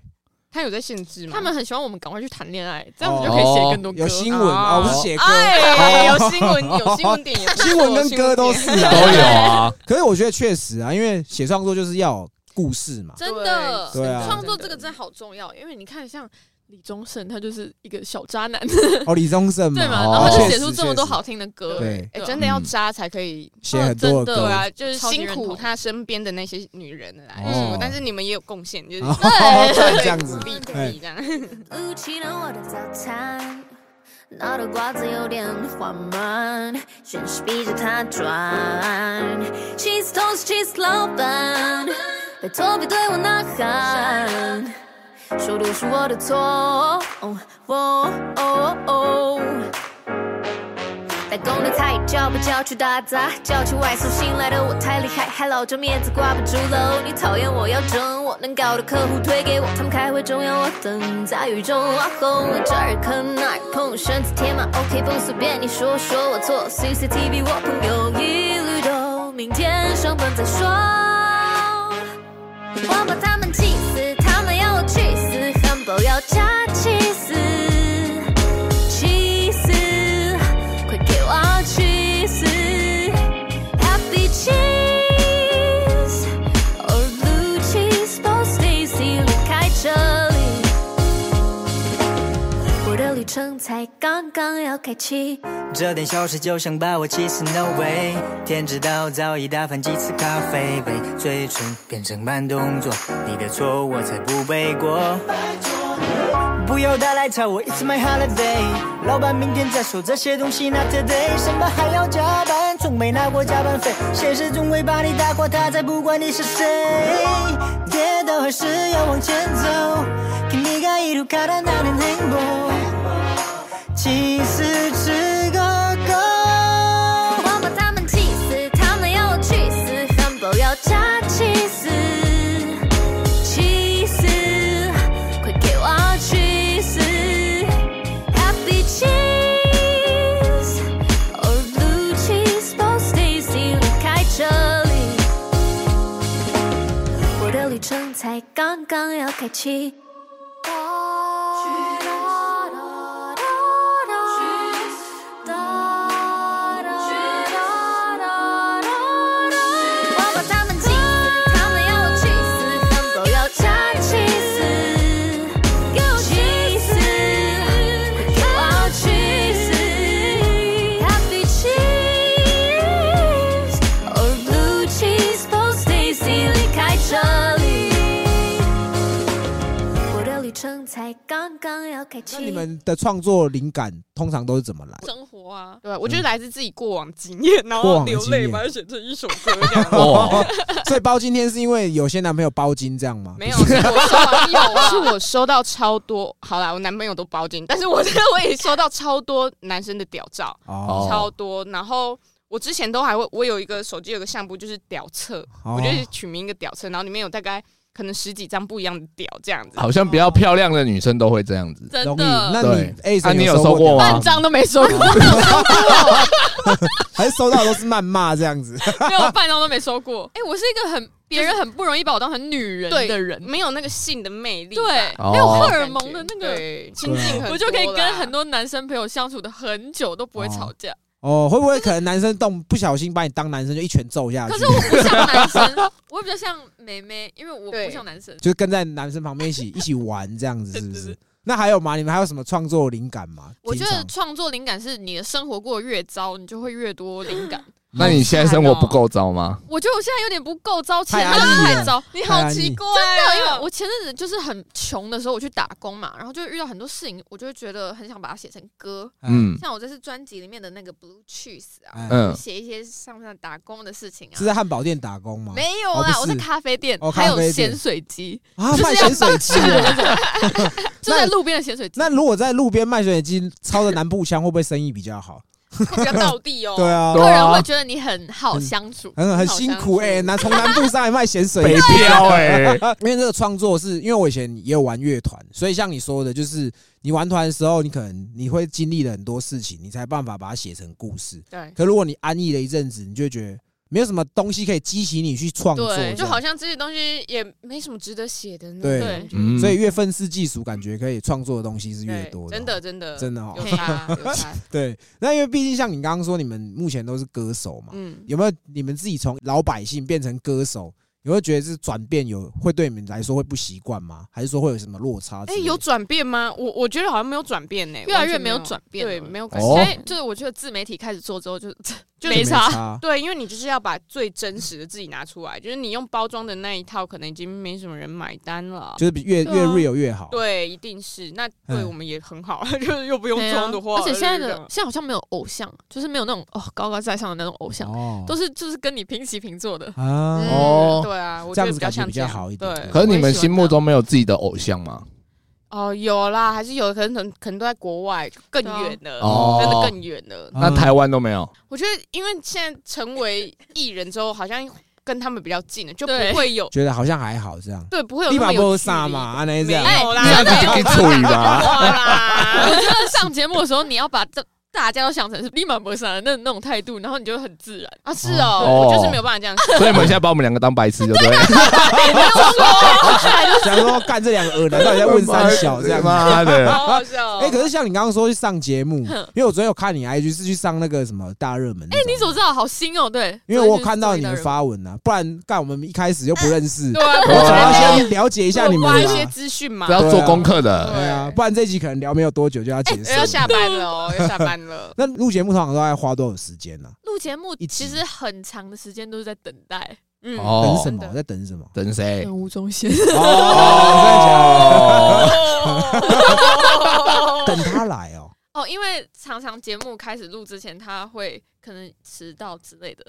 [SPEAKER 2] 他有在限制吗？
[SPEAKER 5] 他们很喜欢我们赶快去谈恋爱，这样我们就可以写更多歌。
[SPEAKER 1] 哦有新闻
[SPEAKER 3] 啊
[SPEAKER 1] 哦，不是写歌，
[SPEAKER 2] 哎，有新闻，有新闻 点也不错，
[SPEAKER 1] 哦新闻跟歌都是啊
[SPEAKER 3] 都。
[SPEAKER 5] 哎
[SPEAKER 3] 有啊，
[SPEAKER 1] 可是我觉得确实啊，因为写创作就是要有故事嘛。
[SPEAKER 5] 真的，
[SPEAKER 1] 对啊
[SPEAKER 5] 创作这个真的好重要，因为你看像李宗盛，他就是一个小渣 男，
[SPEAKER 1] 哦，李宗盛嘛，
[SPEAKER 5] 对嘛？
[SPEAKER 3] 哦
[SPEAKER 5] 然后他
[SPEAKER 1] 确
[SPEAKER 5] 就
[SPEAKER 1] 实
[SPEAKER 5] 写出这么多，好
[SPEAKER 1] 确实
[SPEAKER 5] 听的歌，
[SPEAKER 1] 对
[SPEAKER 2] 哎，
[SPEAKER 5] 啊
[SPEAKER 2] 真的要渣才可以
[SPEAKER 1] 嗯写很多的
[SPEAKER 5] 哦真
[SPEAKER 1] 歌
[SPEAKER 5] 的
[SPEAKER 2] 对啊，就是
[SPEAKER 5] 超级
[SPEAKER 2] 辛
[SPEAKER 5] 认
[SPEAKER 2] 苦
[SPEAKER 5] 同
[SPEAKER 2] 他身边的那些女人来辛
[SPEAKER 1] 哦
[SPEAKER 2] 苦，但是你们也有贡献，就是
[SPEAKER 1] 哦这样子
[SPEAKER 2] 鼓，励鼓
[SPEAKER 1] 哎
[SPEAKER 2] 励这样。
[SPEAKER 6] 雾气让我的早餐，闹的瓜子有点缓慢，旋是逼着它转。Cheese toast cheese 老板，拜托别对我呐喊，说都是我的错。哦哦哦哦打工的菜叫不叫去打杂？叫去外送，新来的我太厉害，还老着面子挂不住喽。你讨厌我要整我，能搞的客户推给我，他们开会中要我等，在雨中挖空，这儿坑那儿碰，选择天马 OK 绷，随便你说说我错，CCTV 我朋友一律都，明天上班再说。我把他们气死，他们要我去死，汉堡要加气死。起司，快给我起司！Happy cheese or blue cheese, both Stacy 离开这里，我的旅程才刚刚要开启。
[SPEAKER 7] 这点小事就想把我气死，No way！天知道早已打翻几次咖啡杯，嘴唇变成慢动作，你的错我才不背锅。不要打来吵我，It's my holiday。老板明天再说这些东西，Not today。上班还要加班，从没拿过加班费。现实总会把你打垮，他才不管你是谁。跌倒还是要往前走。君がいるからなる年其实吃个够。
[SPEAKER 6] 我把他们气死，他们要我去死，汉堡要加起司，起司，快给我起司，Happy cheese or Oh, blue cheese, both Stacy 离开这里，我的旅程才刚刚要开启。我把他们气死，他们要我去死，汉堡要加起司，给我起司，给我起司，Happy cheese or blue cheese，both Stacy 离开这里。像才刚刚要开启。
[SPEAKER 1] 那你们的创作灵感通常都是怎么 来？
[SPEAKER 5] 生活啊，
[SPEAKER 2] 对吧？我觉得来自自己过往经验，然
[SPEAKER 1] 嗯过
[SPEAKER 2] 后
[SPEAKER 1] 往
[SPEAKER 2] 流
[SPEAKER 1] 经
[SPEAKER 2] 泪
[SPEAKER 1] 验
[SPEAKER 2] 把它写成一首歌这样。
[SPEAKER 3] 哦，
[SPEAKER 1] 所以包今天是因为有些男朋友包金这样 吗？
[SPEAKER 2] 没有，是我收到有，
[SPEAKER 1] 啊
[SPEAKER 2] 是我收到超多。好啦，我男朋友都包进，但是我我也收到超多男生的屌照，
[SPEAKER 1] 哦，
[SPEAKER 2] 超多。然后我之前都还会，我有一个手机有个相簿，就是屌册，我就
[SPEAKER 1] 哦
[SPEAKER 2] 取名一个屌册，然后里面有大概可能十几张不一样的屌这样子。
[SPEAKER 3] 好像比较漂亮的女生都会这样子。
[SPEAKER 5] 真
[SPEAKER 1] 容易。
[SPEAKER 5] 的
[SPEAKER 1] 那
[SPEAKER 3] 对
[SPEAKER 1] 你 A
[SPEAKER 3] 啊
[SPEAKER 1] 神
[SPEAKER 3] 你有
[SPEAKER 1] 收
[SPEAKER 3] 收过
[SPEAKER 1] 吗
[SPEAKER 3] 吗？
[SPEAKER 5] 半张都没收过，
[SPEAKER 1] 还是收到都是谩骂这样子？
[SPEAKER 5] 没有半张都没收过。哎，我是一个很别人很不容易把我当成女人的人，
[SPEAKER 2] 没有那个性的魅力吧，
[SPEAKER 5] 对，
[SPEAKER 3] 哦
[SPEAKER 5] 没有荷尔蒙的
[SPEAKER 2] 感
[SPEAKER 5] 那
[SPEAKER 2] 觉
[SPEAKER 5] 个，
[SPEAKER 1] 啊
[SPEAKER 2] 对亲近很多啦，
[SPEAKER 5] 我就可以跟很多男生朋友相处的很久都不会吵架。
[SPEAKER 1] 哦，会不会可能男生动不小心把你当男生就一拳揍下去？
[SPEAKER 5] 啊可是我不像男 生，我比较像妹妹，因为我
[SPEAKER 2] 对
[SPEAKER 5] 不像男生。
[SPEAKER 1] 就是跟在男生旁边一起一起玩这样 子，是不是？那还有吗？你们还有什么创作灵感吗？
[SPEAKER 5] 我觉
[SPEAKER 1] 平
[SPEAKER 5] 得
[SPEAKER 1] 常
[SPEAKER 5] 创作灵感是你的生活过得越糟，你就会越多灵 感。
[SPEAKER 1] 嗯
[SPEAKER 3] 那你现在生活不够糟吗？
[SPEAKER 5] 我觉得我现在有点不够糟，其实
[SPEAKER 1] 太安
[SPEAKER 5] 真的
[SPEAKER 1] 逸
[SPEAKER 5] 太
[SPEAKER 1] 了
[SPEAKER 5] 糟。
[SPEAKER 2] 你
[SPEAKER 1] 好
[SPEAKER 2] 好
[SPEAKER 1] 太奇
[SPEAKER 2] 奇
[SPEAKER 1] 腻
[SPEAKER 2] 怪，
[SPEAKER 5] 对，因
[SPEAKER 1] 啊
[SPEAKER 5] 为我前阵子就是很穷的时候，我去打工嘛，然后就遇到很多事情，我就会觉得很想把它写成歌。
[SPEAKER 3] 嗯
[SPEAKER 5] 像我这次专辑里面的那个《Blue Cheese》啊，
[SPEAKER 1] 哎
[SPEAKER 3] 嗯，
[SPEAKER 5] 写一些上上打工的事情啊
[SPEAKER 1] 是，在汉堡店打工吗？
[SPEAKER 5] 没有
[SPEAKER 1] 哦
[SPEAKER 5] 啦，
[SPEAKER 1] 不
[SPEAKER 5] 我在
[SPEAKER 1] 是
[SPEAKER 5] 咖啡店
[SPEAKER 1] 哦，咖
[SPEAKER 5] 还有
[SPEAKER 1] 啡店
[SPEAKER 5] 咸水鸡，
[SPEAKER 1] 啊，
[SPEAKER 5] 就是
[SPEAKER 1] 卖
[SPEAKER 5] 要
[SPEAKER 1] 咸水 鸡
[SPEAKER 5] 是
[SPEAKER 1] 啊。
[SPEAKER 5] 就在路边的咸水鸡。
[SPEAKER 1] 那如果在路边卖咸水鸡，抄着南部腔会不会生意比较好？
[SPEAKER 2] 比较到地哦。
[SPEAKER 1] 对啊，
[SPEAKER 5] 个人
[SPEAKER 3] 对
[SPEAKER 5] 会
[SPEAKER 3] 啊
[SPEAKER 5] 觉得你很好相处，
[SPEAKER 1] 很很
[SPEAKER 5] 好
[SPEAKER 1] 辛
[SPEAKER 5] 相
[SPEAKER 1] 苦
[SPEAKER 5] 处
[SPEAKER 1] 哎，南从南部上来卖咸水
[SPEAKER 3] 北
[SPEAKER 1] 鸡，
[SPEAKER 3] 漂哎，
[SPEAKER 1] 因为这个创作是因为我以前也有玩乐团，所以像你说的，就是你玩团的时候，你可能你会经历了很多事情，你才办法把它写成故事。
[SPEAKER 2] 对，
[SPEAKER 1] 可如果你安逸了一阵子，你就会觉得没有什么东西可以激起你去创作这
[SPEAKER 5] 对
[SPEAKER 1] 样，
[SPEAKER 2] 就好像这些东西也没什么值得写的呢。
[SPEAKER 1] 对
[SPEAKER 5] 对，
[SPEAKER 3] 嗯
[SPEAKER 1] 所以越愤世嫉俗，感觉可以创作的东西是越
[SPEAKER 2] 对
[SPEAKER 1] 多的哦，
[SPEAKER 2] 真的真的
[SPEAKER 1] 真的哦
[SPEAKER 2] 有。差 有差，
[SPEAKER 1] 对，那因为毕竟像你刚刚说，你们目前都是歌手嘛，
[SPEAKER 2] 嗯，
[SPEAKER 1] 有没有你们自己从老百姓变成歌手，有没有觉得是转变有会对你们来说会不习惯吗？还是说会有什么落差之
[SPEAKER 2] 哎，
[SPEAKER 1] 类的？
[SPEAKER 2] 有转变吗？我我觉得好像没有转变呢，
[SPEAKER 5] 越来
[SPEAKER 2] 完
[SPEAKER 5] 越
[SPEAKER 2] 全
[SPEAKER 5] 没
[SPEAKER 2] 没
[SPEAKER 5] 有转变了
[SPEAKER 2] 对，没有改
[SPEAKER 3] 哦
[SPEAKER 5] 所
[SPEAKER 2] 变。
[SPEAKER 5] 以就是我觉得自媒体开始做 之后就，就
[SPEAKER 1] 就
[SPEAKER 5] 没差。
[SPEAKER 1] 差。
[SPEAKER 2] 对，因为你就是要把最真实的自己拿出来，就是你用包装的那一套，可能已经没什么人买单了。
[SPEAKER 1] 就是比越
[SPEAKER 5] 对
[SPEAKER 1] 越
[SPEAKER 5] 啊
[SPEAKER 1] real 越好。
[SPEAKER 2] 对，一定是。那对
[SPEAKER 1] 嗯
[SPEAKER 2] 我们也很好， 就是又不用
[SPEAKER 5] 对啊
[SPEAKER 2] 装的话，
[SPEAKER 5] 而且现在
[SPEAKER 2] 就是
[SPEAKER 5] 的
[SPEAKER 2] 这样
[SPEAKER 5] 现在好像没有偶像，就是没有那种哦高高在上的那种偶像，
[SPEAKER 1] 哦
[SPEAKER 5] 都是就是跟你平起平坐的。
[SPEAKER 1] 啊，
[SPEAKER 3] 哦
[SPEAKER 2] 对啊，我
[SPEAKER 1] 这
[SPEAKER 2] 觉
[SPEAKER 1] 样
[SPEAKER 2] 得
[SPEAKER 1] 子
[SPEAKER 2] 较
[SPEAKER 1] 感觉
[SPEAKER 2] 像
[SPEAKER 1] 比
[SPEAKER 2] 这
[SPEAKER 1] 较
[SPEAKER 2] 样
[SPEAKER 1] 好一点
[SPEAKER 2] 对，
[SPEAKER 3] 可是你们心目中没有自己的偶像吗？
[SPEAKER 2] 哦，有啦，还是有，可能可能都在国外，就更
[SPEAKER 5] 对啊
[SPEAKER 2] 远了，
[SPEAKER 3] 哦
[SPEAKER 2] 真的更远了。
[SPEAKER 1] 嗯
[SPEAKER 3] 那台湾都没有，
[SPEAKER 2] 我觉得，因为现在成为艺人之后，好像跟他们比较近了，就不
[SPEAKER 5] 对
[SPEAKER 2] 会有
[SPEAKER 1] 觉得好像还好这样。
[SPEAKER 2] 对，不会有
[SPEAKER 1] 立
[SPEAKER 2] 那
[SPEAKER 1] 马
[SPEAKER 2] 么有
[SPEAKER 1] 不
[SPEAKER 2] 距
[SPEAKER 1] 杀
[SPEAKER 2] 离
[SPEAKER 1] 嘛，，安内这
[SPEAKER 2] 没
[SPEAKER 1] 样。
[SPEAKER 5] 哎
[SPEAKER 2] 有啦，
[SPEAKER 3] 这样子就可以处理 吧？
[SPEAKER 2] 哇 啦，
[SPEAKER 5] 我觉得上节目的时候，你要把这大家都想成是立马不上的那那种态度，然后你就会很自然。
[SPEAKER 2] 啊，是哦，
[SPEAKER 3] 哦
[SPEAKER 2] 我就是没有办法这样
[SPEAKER 3] 所以你们现在把我们两个当白痴，对不 对？
[SPEAKER 1] 想说干这两个耳男 到底在问三小这样吗？
[SPEAKER 3] 妈的，
[SPEAKER 2] 好好笑 哦。
[SPEAKER 1] 哎、可是像你刚刚说去上节目，
[SPEAKER 5] 哼
[SPEAKER 1] 因为我昨天有看你 IG 是去上那个什么大热门。哎、
[SPEAKER 5] 你怎么知道？好新哦，对，
[SPEAKER 1] 因为我有看到你们
[SPEAKER 5] 的
[SPEAKER 1] 发文啊，不然干我们一开始又不认识，
[SPEAKER 2] 对啊，
[SPEAKER 1] 我总要
[SPEAKER 3] 对啊
[SPEAKER 1] 先了解一下你们
[SPEAKER 2] 挖一
[SPEAKER 1] 啦
[SPEAKER 2] 些资讯嘛
[SPEAKER 3] 不，要做功课的。
[SPEAKER 1] 对啊，不然这一集可能聊没有多久就要结束。。
[SPEAKER 2] 哎要下班了哦，要下班了
[SPEAKER 1] 那录节目通常都在花多少时间呢、
[SPEAKER 5] 录节目，
[SPEAKER 1] 一
[SPEAKER 5] 其
[SPEAKER 1] 集
[SPEAKER 5] 实很长的时间都是在等待，
[SPEAKER 2] 嗯，
[SPEAKER 3] 哦
[SPEAKER 1] 等什
[SPEAKER 2] 真
[SPEAKER 1] 么？
[SPEAKER 2] 的
[SPEAKER 1] 在等什么？
[SPEAKER 3] 等谁？
[SPEAKER 5] 吴宗宪。
[SPEAKER 1] 哦，
[SPEAKER 3] 哦，
[SPEAKER 1] 真的假的等他来哦。
[SPEAKER 5] 哦，因为常常节目开始录之前，他会可能迟到之类的，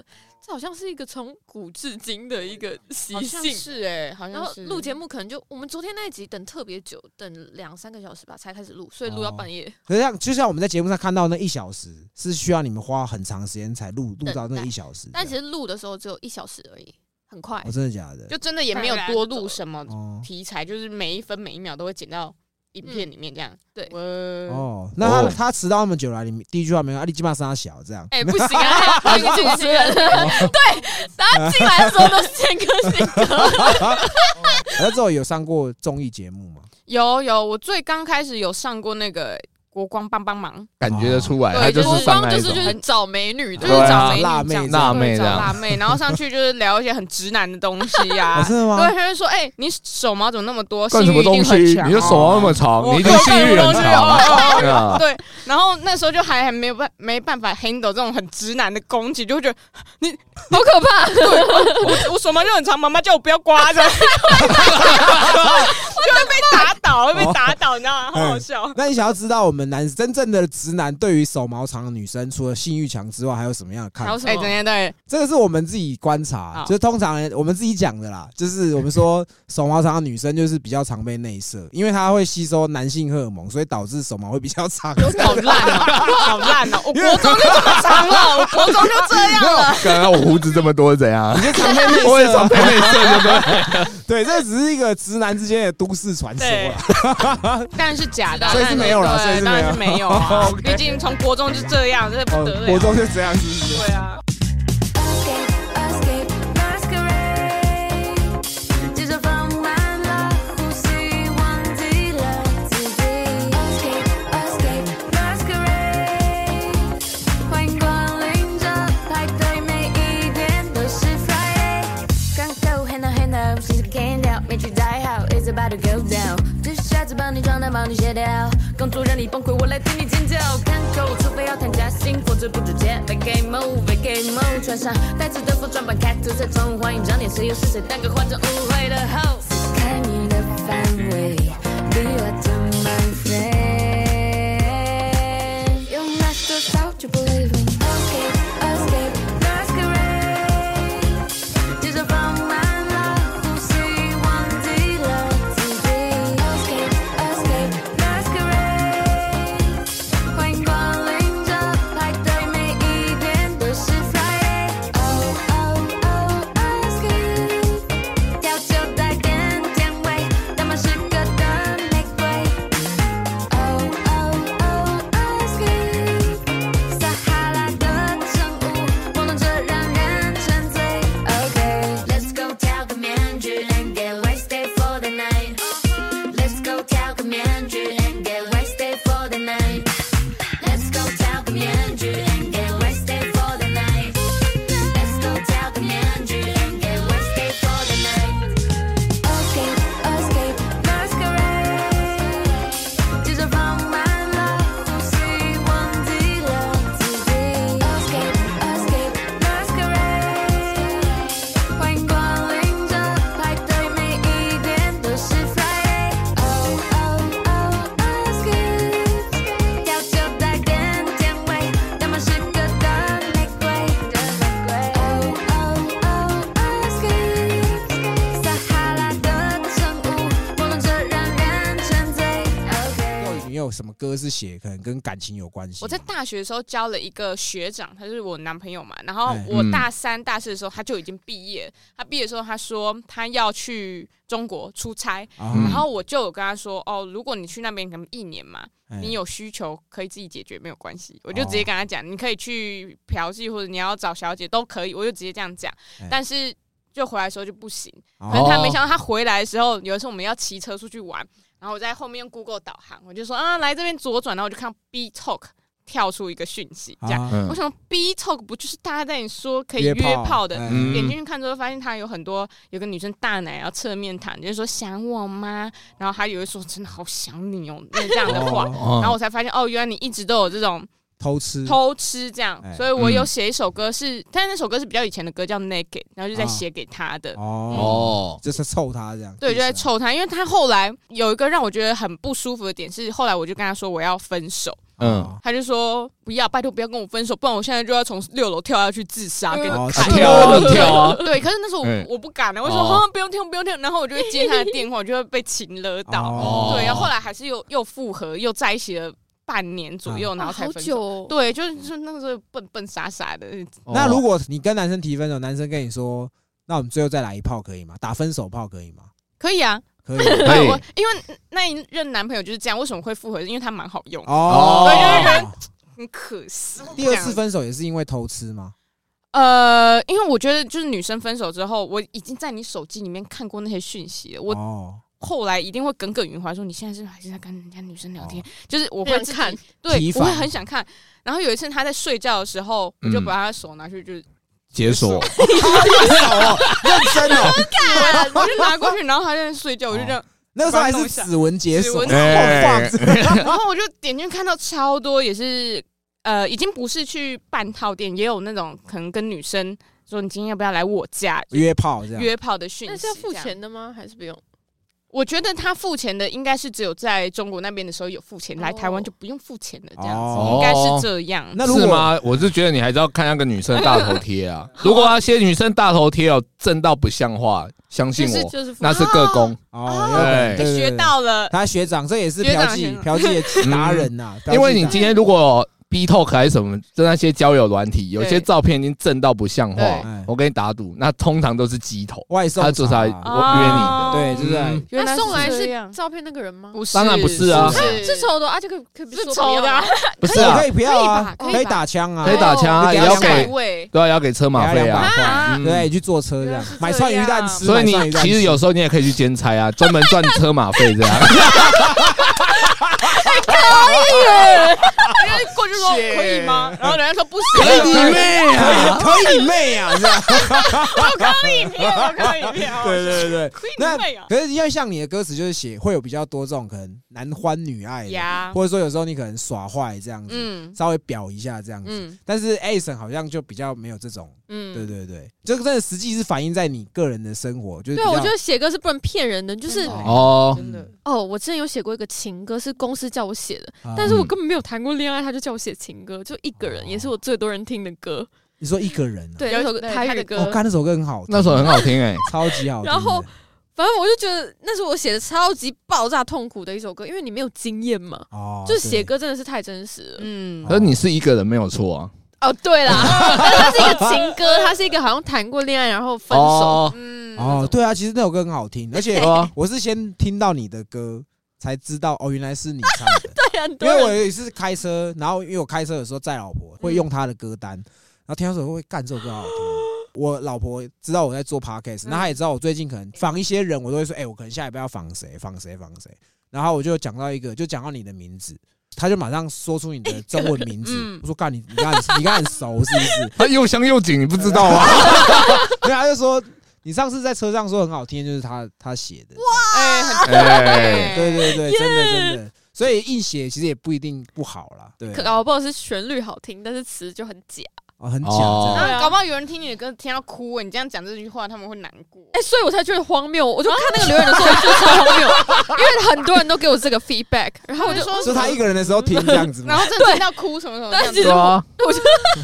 [SPEAKER 5] 这好像是一个从古至今的一个习
[SPEAKER 2] 好像
[SPEAKER 5] 性。
[SPEAKER 2] 是哎，好
[SPEAKER 5] 然
[SPEAKER 2] 像
[SPEAKER 5] 后
[SPEAKER 2] 是
[SPEAKER 5] 录节目可能就我们昨天那一集等特别久，等两三个小时吧才开始录，所以录到
[SPEAKER 1] 哦
[SPEAKER 5] 半夜。
[SPEAKER 1] 可是像就像我们在节目上看到那一小时，是需要你们花很长时间才录录到那一小时这样。
[SPEAKER 5] 但其实录的时候只有一小时而已，很 快
[SPEAKER 1] 哦，。真的假的？
[SPEAKER 2] 就真的也没有多录什么
[SPEAKER 1] 哦
[SPEAKER 2] 题材，就是每一分每一秒都会剪到影片里面这样。
[SPEAKER 5] 对
[SPEAKER 2] 哦，
[SPEAKER 1] 哦，那他
[SPEAKER 3] 哦
[SPEAKER 1] 他迟到那么久了，你们第一句话没有，啊，你基本上他小这 样。
[SPEAKER 5] 哎、不行啊！还有一个主持人，对，他进来的时候都是先更新歌，
[SPEAKER 1] 那之后有上过综艺节目吗？
[SPEAKER 2] 有有，我最刚开始有上过那个。国光帮帮忙，
[SPEAKER 3] 感觉得出来，
[SPEAKER 5] 对
[SPEAKER 3] 哎他
[SPEAKER 5] 就是
[SPEAKER 3] 上
[SPEAKER 5] 光
[SPEAKER 3] 那
[SPEAKER 5] 就
[SPEAKER 3] 一
[SPEAKER 5] 是
[SPEAKER 3] 种
[SPEAKER 5] 就，是找美女
[SPEAKER 2] 就
[SPEAKER 5] 的
[SPEAKER 2] 是
[SPEAKER 3] 对啊
[SPEAKER 2] 找美女
[SPEAKER 1] 辣
[SPEAKER 2] 这
[SPEAKER 1] 妹
[SPEAKER 2] 样子，
[SPEAKER 3] 辣妹
[SPEAKER 2] 对
[SPEAKER 3] 这
[SPEAKER 2] 找
[SPEAKER 3] 样
[SPEAKER 2] 辣妹，然后上去就是聊一些很直男的东西呀、
[SPEAKER 1] 哦真的吗
[SPEAKER 2] 啊对，？他就说：“哎、你手毛怎么那么多？性
[SPEAKER 3] 干什
[SPEAKER 2] 欲
[SPEAKER 3] 么
[SPEAKER 2] 一定
[SPEAKER 3] 东西
[SPEAKER 2] 很？强。”啊
[SPEAKER 3] 你的手那么长，
[SPEAKER 2] 哦
[SPEAKER 3] 你一定性欲很
[SPEAKER 2] 哦
[SPEAKER 3] 强，对啊，
[SPEAKER 2] 对，然后那时候就还还没有办没办法 handle 这种很直男的攻击，就会觉得 你好可怕。 对，我我手毛就很长，妈妈叫我不要刮着，我 就会被打倒，会被打倒，你知道吗？好好
[SPEAKER 3] 哦
[SPEAKER 2] 笑。
[SPEAKER 1] 那你想要知道我们男真正的直男对于手毛长的女生，除了性欲强之 外，还有什么样的看
[SPEAKER 5] 还
[SPEAKER 1] 法
[SPEAKER 5] 有？什
[SPEAKER 2] 哎，
[SPEAKER 5] 么？
[SPEAKER 2] 等一下， 对，
[SPEAKER 1] 这个是我们自己观察，
[SPEAKER 2] 好
[SPEAKER 1] 就是通常我们自己讲的啦，就是我们 说手毛长的女生就是比较常被内射，因为她会吸收男性荷尔蒙，所以导致手毛会比较长。
[SPEAKER 2] 好烂哦，好烂哦！我国中就这么长了，我国中就 这样
[SPEAKER 3] 没有
[SPEAKER 2] 了。
[SPEAKER 3] 刚刚我胡子这么多是怎样？
[SPEAKER 1] 常被内
[SPEAKER 3] 我也
[SPEAKER 1] 射
[SPEAKER 3] 常
[SPEAKER 1] 啊，
[SPEAKER 3] 被内射，对不对？
[SPEAKER 1] 对，这只是一个直男之间的都市传说啊
[SPEAKER 2] 对
[SPEAKER 1] 啦。，
[SPEAKER 2] 当然是假的，啊
[SPEAKER 1] 所以是没有啦
[SPEAKER 2] 当然是
[SPEAKER 1] 所以是没有
[SPEAKER 2] 对当然是没有 啊。毕竟从国中就这样，这不
[SPEAKER 1] 哦
[SPEAKER 2] 得了。
[SPEAKER 1] 国中就这样，是不是？
[SPEAKER 2] 对啊，
[SPEAKER 6] Escape, escape, masquerade. 接着放慢了呼吸，忘记了自己。Escape, escape, masquerade. 欢迎光临这派对，每一天都是 Friday。刚够 hand out hand out，心情 can down，面具戴好，is about to go down。这下子帮你装单，帮你卸掉，工作让你崩溃，我来替你尖叫。看够，除非要谈加薪，否则不直接。v a g a m e v a g a m e 穿上带刺的服装，把开头再重换，长点谁又是谁，当个化妆误会的 host。开你的范围，比我的 my friend。用 mask to stop you believing。Okay, escape, masquerade。接着放慢了呼吸，忘记了自己。Escape, escape, masquerade。欢迎光临这派对，每一天都是 Friday。Oh oh oh, escape。调酒带点甜味，他们是个的玫瑰。Oh oh oh, escape。撒哈拉的晨雾，朦胧着让人沉醉。OK，Let's go 跳个面具，and get wasted for the night。Let's go 跳个面具，and get wasted for the night。Let's go 跳个面具，and get wasted for the night。Let's go 跳个面具，and get wasted for the night。Escape, escape, masquerade。接着放慢了呼吸，忘记了自己。Escape, escape, masquerade。欢迎光临这派对，每一天都是 Friday。Oh oh oh, escape。调酒带点甜味，他们是个的玫瑰。Oh oh oh, escape。撒哈拉的晨雾，朦胧着让人沉醉。OK。
[SPEAKER 1] 你哦有什么歌是写可能跟感情有关系？
[SPEAKER 2] 我在大学的时候交了一个学长，他就是我男朋友嘛。然后
[SPEAKER 1] 哎
[SPEAKER 2] 我大三、大四的时候他就已经毕业了。他毕业的时候，他说他要去中国出差，
[SPEAKER 1] 啊
[SPEAKER 3] 嗯
[SPEAKER 2] 然后我就有跟他说：“哦，如果你去那边可能一年嘛，
[SPEAKER 1] 哎哦
[SPEAKER 2] 你有需求可以自己解决，没有关系。”我就直接跟他讲：“你可以去嫖妓，或者你要找小姐都可以。”我就直接这样讲
[SPEAKER 1] 哎。
[SPEAKER 2] 但是就回来的时候就不行，
[SPEAKER 1] 哦
[SPEAKER 2] 可是他没想到他回来的时候，有一次我们要骑车出去玩，然后我在后面用 Google 导航，我就说啊来这边左转，然后我就看到 B Talk 跳出一个讯息，这样、
[SPEAKER 1] 啊
[SPEAKER 3] 嗯
[SPEAKER 2] 我想 B Talk 不就是大家在你说可以约炮的？
[SPEAKER 1] 哎
[SPEAKER 3] 嗯
[SPEAKER 2] 点进去看之后，发现他有很多有个女生大奶，然后侧面躺，就是说想我吗？然后还有人说真的好想你哦，那这样的话，
[SPEAKER 1] 哦
[SPEAKER 2] 然后
[SPEAKER 3] 哦，
[SPEAKER 2] 我才发现哦，原来你一直都有这种
[SPEAKER 1] 偷吃
[SPEAKER 2] 偷吃这样
[SPEAKER 1] 哎，
[SPEAKER 2] 所以我有
[SPEAKER 3] 嗯
[SPEAKER 2] 写一首歌是，但是那首歌是比较以前的歌叫 Naked，然后就在
[SPEAKER 1] 啊
[SPEAKER 2] 写给他的，
[SPEAKER 1] 哦，
[SPEAKER 3] 哦，
[SPEAKER 1] 就是臭他这样。
[SPEAKER 2] 对，就在
[SPEAKER 1] 意思啊。
[SPEAKER 2] 臭他，因为他后来有一个让我觉得很不舒服的点是，后来我就跟他说我要分手，
[SPEAKER 1] 哦
[SPEAKER 3] 嗯，
[SPEAKER 2] 他就说不要，拜托不要跟我分手，不然我现在就要从六楼跳下去自杀，给你
[SPEAKER 1] 哦
[SPEAKER 2] 看。
[SPEAKER 1] 跳啊
[SPEAKER 3] 就跳啊
[SPEAKER 2] 对，可是那时候
[SPEAKER 3] 嗯
[SPEAKER 2] 我我不敢了，啊我就
[SPEAKER 3] 哦
[SPEAKER 2] 说哼，不用跳，不用跳，然后我就会 接他的电话，我就会被情勒到。
[SPEAKER 1] 哦
[SPEAKER 2] 对，然后后来还是又又复合，又在一起了半年左右，然后
[SPEAKER 5] 哇
[SPEAKER 2] 才
[SPEAKER 5] 好
[SPEAKER 2] 分手。
[SPEAKER 5] 久哦，
[SPEAKER 2] 对，就是就是那个时候笨笨傻傻的，
[SPEAKER 1] 那如
[SPEAKER 3] 果
[SPEAKER 1] 果你跟男生提分手，男生跟你说，那我们最后再来一炮可以吗？打分手炮可以吗？
[SPEAKER 2] 可以啊。
[SPEAKER 1] 可以。
[SPEAKER 3] 可以
[SPEAKER 2] 我因为那一任男朋友就是这样，为什么会复合？因为他蛮好用的。
[SPEAKER 1] 哦
[SPEAKER 2] 对就是很可惜。
[SPEAKER 1] 第二次分手也是因为偷吃吗？
[SPEAKER 2] 呃，因为我觉得就是女生分手之后，我已经在你手机里面看过那些讯息了。我
[SPEAKER 1] 哦
[SPEAKER 2] 后来一定会耿耿于怀，说你现在是还是在跟人家女生聊天？就是我
[SPEAKER 5] 我
[SPEAKER 2] 会
[SPEAKER 5] 会
[SPEAKER 2] 自己
[SPEAKER 5] 看，
[SPEAKER 1] 提
[SPEAKER 2] 对，我
[SPEAKER 1] 防
[SPEAKER 2] 会很想看。然后有一次他在睡觉的时候，我就
[SPEAKER 3] 嗯
[SPEAKER 2] 把他的手拿去，就是
[SPEAKER 3] 解锁，
[SPEAKER 1] 真的 哦，
[SPEAKER 2] 啊我就拿过去，然后他在睡觉，我就这样，
[SPEAKER 1] 那个时候还是指纹解锁，
[SPEAKER 2] 指纹
[SPEAKER 3] 哎
[SPEAKER 1] 好
[SPEAKER 5] 哦
[SPEAKER 1] 棒！
[SPEAKER 2] 然后我就点进去看到超多，也是呃，已经不是去半套店，也有那种可能跟女生说你今天要不要来我家
[SPEAKER 1] 约炮这样，
[SPEAKER 2] 约炮的讯息，
[SPEAKER 5] 那是要付
[SPEAKER 2] 这样
[SPEAKER 5] 钱的吗？还是不用？
[SPEAKER 2] 我觉得他付钱的应该是只有在中国那边的时候有付钱，来台
[SPEAKER 5] 哦
[SPEAKER 2] 湾就不用付钱了，这样子、
[SPEAKER 1] 哦
[SPEAKER 2] 应该是这样。
[SPEAKER 1] 那如
[SPEAKER 3] 是
[SPEAKER 1] 果
[SPEAKER 3] 吗？我是觉得你还是要看那个女生大头贴啊。如果那些女生大头贴有正到不像话，相信
[SPEAKER 5] 就是
[SPEAKER 3] 我，
[SPEAKER 5] 就是付
[SPEAKER 3] 那是
[SPEAKER 2] 啊
[SPEAKER 3] 个工。
[SPEAKER 1] 哦，有可能
[SPEAKER 3] 对
[SPEAKER 1] 对对对
[SPEAKER 2] 学到了，
[SPEAKER 1] 他学长，这也是嫖
[SPEAKER 2] 学
[SPEAKER 1] 妓
[SPEAKER 2] 长
[SPEAKER 1] 嫖妓的达人呐，嫖妓
[SPEAKER 3] 因为你
[SPEAKER 1] 达人
[SPEAKER 3] 今天如果 B Talk 还是什么，就那些交友软体，有些照片已经正到不像
[SPEAKER 2] 对
[SPEAKER 3] 话，我跟你打赌，那通常都是鸡头，
[SPEAKER 1] 外送
[SPEAKER 3] 他做啥
[SPEAKER 1] 茶
[SPEAKER 3] 我约你的。
[SPEAKER 1] 对，就是哎在
[SPEAKER 3] 嗯
[SPEAKER 2] 哦原来
[SPEAKER 5] 他送来
[SPEAKER 2] 这
[SPEAKER 5] 是
[SPEAKER 2] 样
[SPEAKER 5] 照片那个人吗？
[SPEAKER 2] 不是？
[SPEAKER 3] 当然不是啊
[SPEAKER 2] 不
[SPEAKER 5] 是丑的啊，这个可以
[SPEAKER 2] 是
[SPEAKER 5] 说
[SPEAKER 2] 丑
[SPEAKER 5] 不要
[SPEAKER 2] 的啊
[SPEAKER 5] 吗，
[SPEAKER 3] 不是啊
[SPEAKER 1] 可，以不要啊，
[SPEAKER 5] 可以吧可以吧
[SPEAKER 1] 可以打枪啊，
[SPEAKER 3] 可以打枪啊，
[SPEAKER 1] 哦
[SPEAKER 3] 也要
[SPEAKER 2] 下一
[SPEAKER 3] 给，
[SPEAKER 2] 位，
[SPEAKER 3] 对啊，也要给车马
[SPEAKER 1] 给他
[SPEAKER 3] 费
[SPEAKER 1] 两
[SPEAKER 3] 啊
[SPEAKER 1] 百。块
[SPEAKER 2] 啊
[SPEAKER 3] 嗯
[SPEAKER 1] 对，你去坐车这
[SPEAKER 5] 原
[SPEAKER 1] 样
[SPEAKER 5] 来是，这
[SPEAKER 1] 买鳝鱼蛋
[SPEAKER 2] 样
[SPEAKER 1] 吃，
[SPEAKER 3] 所
[SPEAKER 1] 买鳝
[SPEAKER 3] 以你
[SPEAKER 1] 鱼蛋
[SPEAKER 3] 其
[SPEAKER 1] 吃
[SPEAKER 3] 实有时候你也可以去兼差啊，专门赚车马费这样。
[SPEAKER 2] 因为过去说可以吗？然后人家说不
[SPEAKER 3] 可以
[SPEAKER 2] 行，
[SPEAKER 3] 你妹
[SPEAKER 1] 可
[SPEAKER 3] 啊！
[SPEAKER 1] 以可以你妹啊，这样
[SPEAKER 2] 影片我看影片啊，
[SPEAKER 1] 对对 对。
[SPEAKER 2] 可以
[SPEAKER 1] 那
[SPEAKER 2] 妹啊
[SPEAKER 1] 可是因为像你的歌词就是写会有比较多这种可能男欢女爱的，
[SPEAKER 2] 呀，
[SPEAKER 1] 或者说有时候你可能耍坏这样子，
[SPEAKER 2] 嗯
[SPEAKER 1] 稍微表一下这样子。
[SPEAKER 2] 嗯
[SPEAKER 1] 但是 A 神好像就比较没有这种，对
[SPEAKER 2] 嗯，
[SPEAKER 1] 对对，这个真的实际是反映在你个人的生活，就是
[SPEAKER 5] 对，啊
[SPEAKER 1] 比
[SPEAKER 5] 我
[SPEAKER 1] 较
[SPEAKER 5] 觉得写歌是不能骗人的，就是
[SPEAKER 2] 真的
[SPEAKER 3] 哦，
[SPEAKER 2] 真的，
[SPEAKER 5] 哦，我之前有写过一个情歌，是公司叫我写的，
[SPEAKER 1] 啊
[SPEAKER 5] 但是我根本没有谈过恋爱，他就叫我写情歌，就一个人，也是我最多人听的歌，
[SPEAKER 1] 你说一个人啊，
[SPEAKER 5] 对，
[SPEAKER 2] 有
[SPEAKER 5] 那首歌
[SPEAKER 2] 对
[SPEAKER 5] 台
[SPEAKER 2] 他
[SPEAKER 5] 语
[SPEAKER 2] 的
[SPEAKER 5] 歌
[SPEAKER 1] 我，看那首歌很好听，
[SPEAKER 3] 那首很好听哎，
[SPEAKER 1] 超级好听的。
[SPEAKER 5] 然后反正我就觉得那是我写的超级爆炸痛苦的一首歌，因为你没有经验嘛，
[SPEAKER 1] 哦，
[SPEAKER 5] 就是写
[SPEAKER 1] 对
[SPEAKER 5] 歌真的是太真实了。
[SPEAKER 2] 嗯
[SPEAKER 1] 好
[SPEAKER 3] 可是你是一个人没有错啊。
[SPEAKER 5] 哦，对啦，但 它是一个情歌，它是一个好像谈过恋爱然后分手，
[SPEAKER 3] 哦，
[SPEAKER 2] 嗯，
[SPEAKER 1] 哦，对啊，其实那首歌很好听，而 且
[SPEAKER 3] 对
[SPEAKER 5] 哦
[SPEAKER 3] 啊，
[SPEAKER 1] 我是先听到你的歌才知道哦，原来是你唱的。
[SPEAKER 5] 对嗯很
[SPEAKER 1] 因
[SPEAKER 5] 多
[SPEAKER 1] 为
[SPEAKER 5] 人
[SPEAKER 1] 我也是开车，然后因为我开车的时候载老婆会用她的歌单，然后听到这首歌会干这首歌好好听。哦 我老婆知道我在做 podcast，那
[SPEAKER 5] 嗯
[SPEAKER 1] 她也知道我最近可能访一些人，我都会说，哎、我可能下礼拜要访谁，访谁，访谁。然后我就讲到一个，就讲到你的名字，她就马上说出你的中文名字。
[SPEAKER 2] 嗯
[SPEAKER 1] 我说干你，你刚很你刚很熟是不是？
[SPEAKER 3] 他又香又紧，你不知道啊？
[SPEAKER 1] 对，她就说你上次在车上说很好听，就是她她写的。
[SPEAKER 2] 哎，很
[SPEAKER 3] 哎，
[SPEAKER 2] 啊
[SPEAKER 1] 对对对，真的真的。所以硬写其实也不一定不好啦，对，
[SPEAKER 5] 可搞不好是旋律好听，但是词就很假。
[SPEAKER 1] 哦，很假
[SPEAKER 3] 哦
[SPEAKER 1] 这样。
[SPEAKER 5] 啊
[SPEAKER 2] 那搞不好有人听你的歌听到哭欸，你这样讲这句话，他们会难过。
[SPEAKER 5] 哎、所以我才觉得荒谬。我就看那个留言的时候，我就觉得超荒谬，因为很多人都给我这个 feedback，然后我就哦
[SPEAKER 2] 说
[SPEAKER 1] 是他一个人的时候听这样子
[SPEAKER 2] 然
[SPEAKER 1] 吗？
[SPEAKER 2] 后真的听到哭什么什么这样子，
[SPEAKER 5] 对
[SPEAKER 3] 对啊，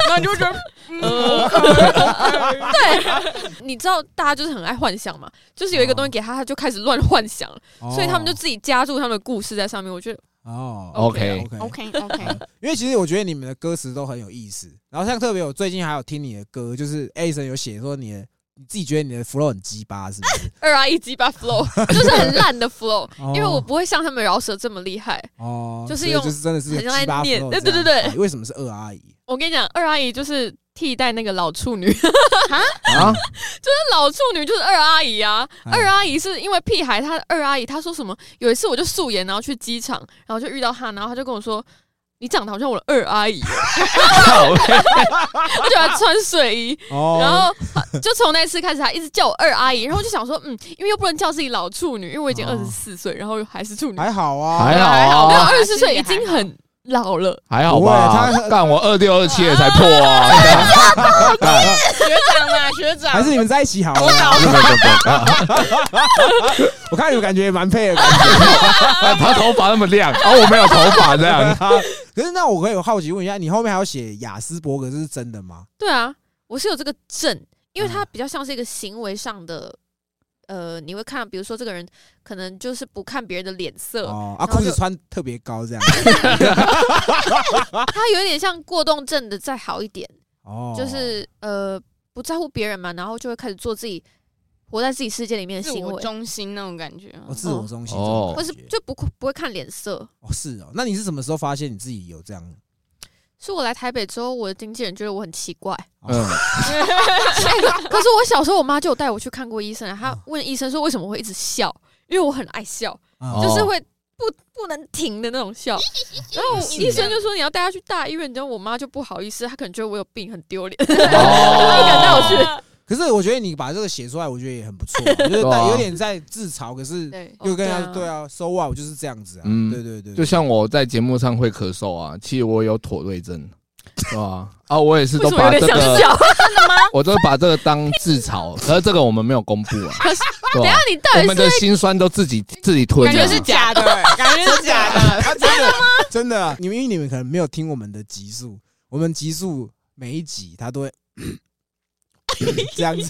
[SPEAKER 2] 然后你就会觉得，嗯，
[SPEAKER 5] 对，你知道大家就是很爱幻想嘛，就是有一个东西给他，他就开始乱幻想了，所以他们就自己加注他们的故事在上面。我觉得
[SPEAKER 1] 哦
[SPEAKER 3] OK
[SPEAKER 1] OK
[SPEAKER 2] OK OK，
[SPEAKER 1] 因为其实我觉得你们的歌词都很有意思，然后像特别我最近还有听你的歌，就是 A 神有写说你的你自己觉得你的 flow 很鸡巴是不 是？
[SPEAKER 5] 二 R 一鸡巴 flow 就是很烂的 flow，
[SPEAKER 1] 哦
[SPEAKER 5] 因为我不会像他们饶舌这么厉害。
[SPEAKER 1] 哦，
[SPEAKER 5] 就是
[SPEAKER 1] 所以
[SPEAKER 5] 用
[SPEAKER 1] 就是真的是个
[SPEAKER 5] 很像在
[SPEAKER 1] 鸡巴 flow，
[SPEAKER 5] 念
[SPEAKER 1] 这样
[SPEAKER 5] 对对对对
[SPEAKER 1] 哎为什么是二阿姨？
[SPEAKER 5] 我跟你讲，二阿姨就是替代那个老处女，
[SPEAKER 3] 啊，
[SPEAKER 5] 老处女就是二阿姨啊。
[SPEAKER 1] 哎
[SPEAKER 5] 二阿姨是因为屁孩，她二阿姨她说什么？有一次我就素颜，然后去机场，然后就遇到她，然后她就跟我说：“你长得好像我的二 阿姨。”我就她穿睡衣，
[SPEAKER 1] 哦，
[SPEAKER 5] 然后她就从那次开始，她一直叫我二阿姨。然后我就想说，嗯，因为又不能叫自己老处女，因为我已经
[SPEAKER 1] 哦
[SPEAKER 5] 二十四岁，然后还是处女，
[SPEAKER 1] 还好啊，
[SPEAKER 3] 还
[SPEAKER 2] 还
[SPEAKER 3] 好
[SPEAKER 2] 好
[SPEAKER 5] 没有
[SPEAKER 3] 啊，
[SPEAKER 5] 二十四岁已经很老了。
[SPEAKER 3] 还好
[SPEAKER 1] 不会
[SPEAKER 3] 吧？
[SPEAKER 1] 他
[SPEAKER 3] 干我二六二七也才破啊！
[SPEAKER 2] 学长啊，学长，
[SPEAKER 1] 还是你们在一起好了。
[SPEAKER 3] 不不不不
[SPEAKER 1] 我看你们感觉也蛮配的感觉。
[SPEAKER 3] 哎 他头发那么亮，然后我没有头发 这样。
[SPEAKER 1] 可是那我可以有好奇问一下，你后面还要写雅斯伯格，这是真的吗？
[SPEAKER 5] 对啊，我是有这个症，因为
[SPEAKER 1] 嗯
[SPEAKER 5] 它比较像是一个行为上的，呃，你会看到，比如说这个人可能就是不看别人的脸色，
[SPEAKER 1] 哦，啊，
[SPEAKER 5] 呃然
[SPEAKER 1] 裤
[SPEAKER 5] 后就
[SPEAKER 1] 子穿特别高 这样。
[SPEAKER 5] 他有一点像过动症的再好一点，
[SPEAKER 1] 哦，
[SPEAKER 5] 就是呃不在乎别人嘛，然后就会开始做自己活在自己世界里面的
[SPEAKER 2] 自
[SPEAKER 5] 行
[SPEAKER 2] 我
[SPEAKER 5] 为，
[SPEAKER 2] 中心那种感觉。啊
[SPEAKER 1] 哦自我中心
[SPEAKER 3] 哦
[SPEAKER 1] 哦，
[SPEAKER 5] 或是就不不会看脸色。
[SPEAKER 1] 哦是哦，那你是什么时候发现你自己有这样？
[SPEAKER 5] 是我来台北之后，我的经纪人觉得我很奇 怪。
[SPEAKER 1] 哦
[SPEAKER 3] 嗯，
[SPEAKER 1] 嗯
[SPEAKER 5] 可是我小时候，我妈就有带我去看过医生，她问医生说为什么会一直笑，因因为我很爱笑，
[SPEAKER 1] 啊
[SPEAKER 3] 哦
[SPEAKER 5] 就是会不不能停的那 种笑。然后医生就说你要带他去大医院，你知道我妈就不好意思，她可能觉得我有病很丢 脸，就不敢带我去。
[SPEAKER 3] 哦
[SPEAKER 1] 可是我觉得你把这个写出来，我觉得也很不 错，就是
[SPEAKER 3] 对啊
[SPEAKER 1] 但有点在自嘲，可是
[SPEAKER 5] 对，
[SPEAKER 1] 又跟他说
[SPEAKER 2] 哦对
[SPEAKER 1] 对啊，so what，我就是这样子啊，
[SPEAKER 3] 嗯
[SPEAKER 1] 对对对，
[SPEAKER 3] 就像我在节目上会咳嗽啊，其实我有妥瑞症，对吧？啊，我也是
[SPEAKER 5] 为
[SPEAKER 3] 都
[SPEAKER 5] 什么有
[SPEAKER 3] 把
[SPEAKER 5] 点
[SPEAKER 3] 这
[SPEAKER 5] 想
[SPEAKER 3] 个，
[SPEAKER 5] 笑？
[SPEAKER 3] 我都把这个当自嘲，可是这个我们没有公布啊， 对
[SPEAKER 5] 等一
[SPEAKER 3] 吧
[SPEAKER 5] 下？你到
[SPEAKER 3] 我
[SPEAKER 5] 底
[SPEAKER 3] 们的
[SPEAKER 5] 是
[SPEAKER 3] 心酸都自己自己吞
[SPEAKER 2] 感
[SPEAKER 3] 啊，
[SPEAKER 2] 觉是假的，感觉是假的。
[SPEAKER 1] 啊，真的真的啊，你们因为你们可能没有听我们的集数，我们集数每一集他都会 这样子，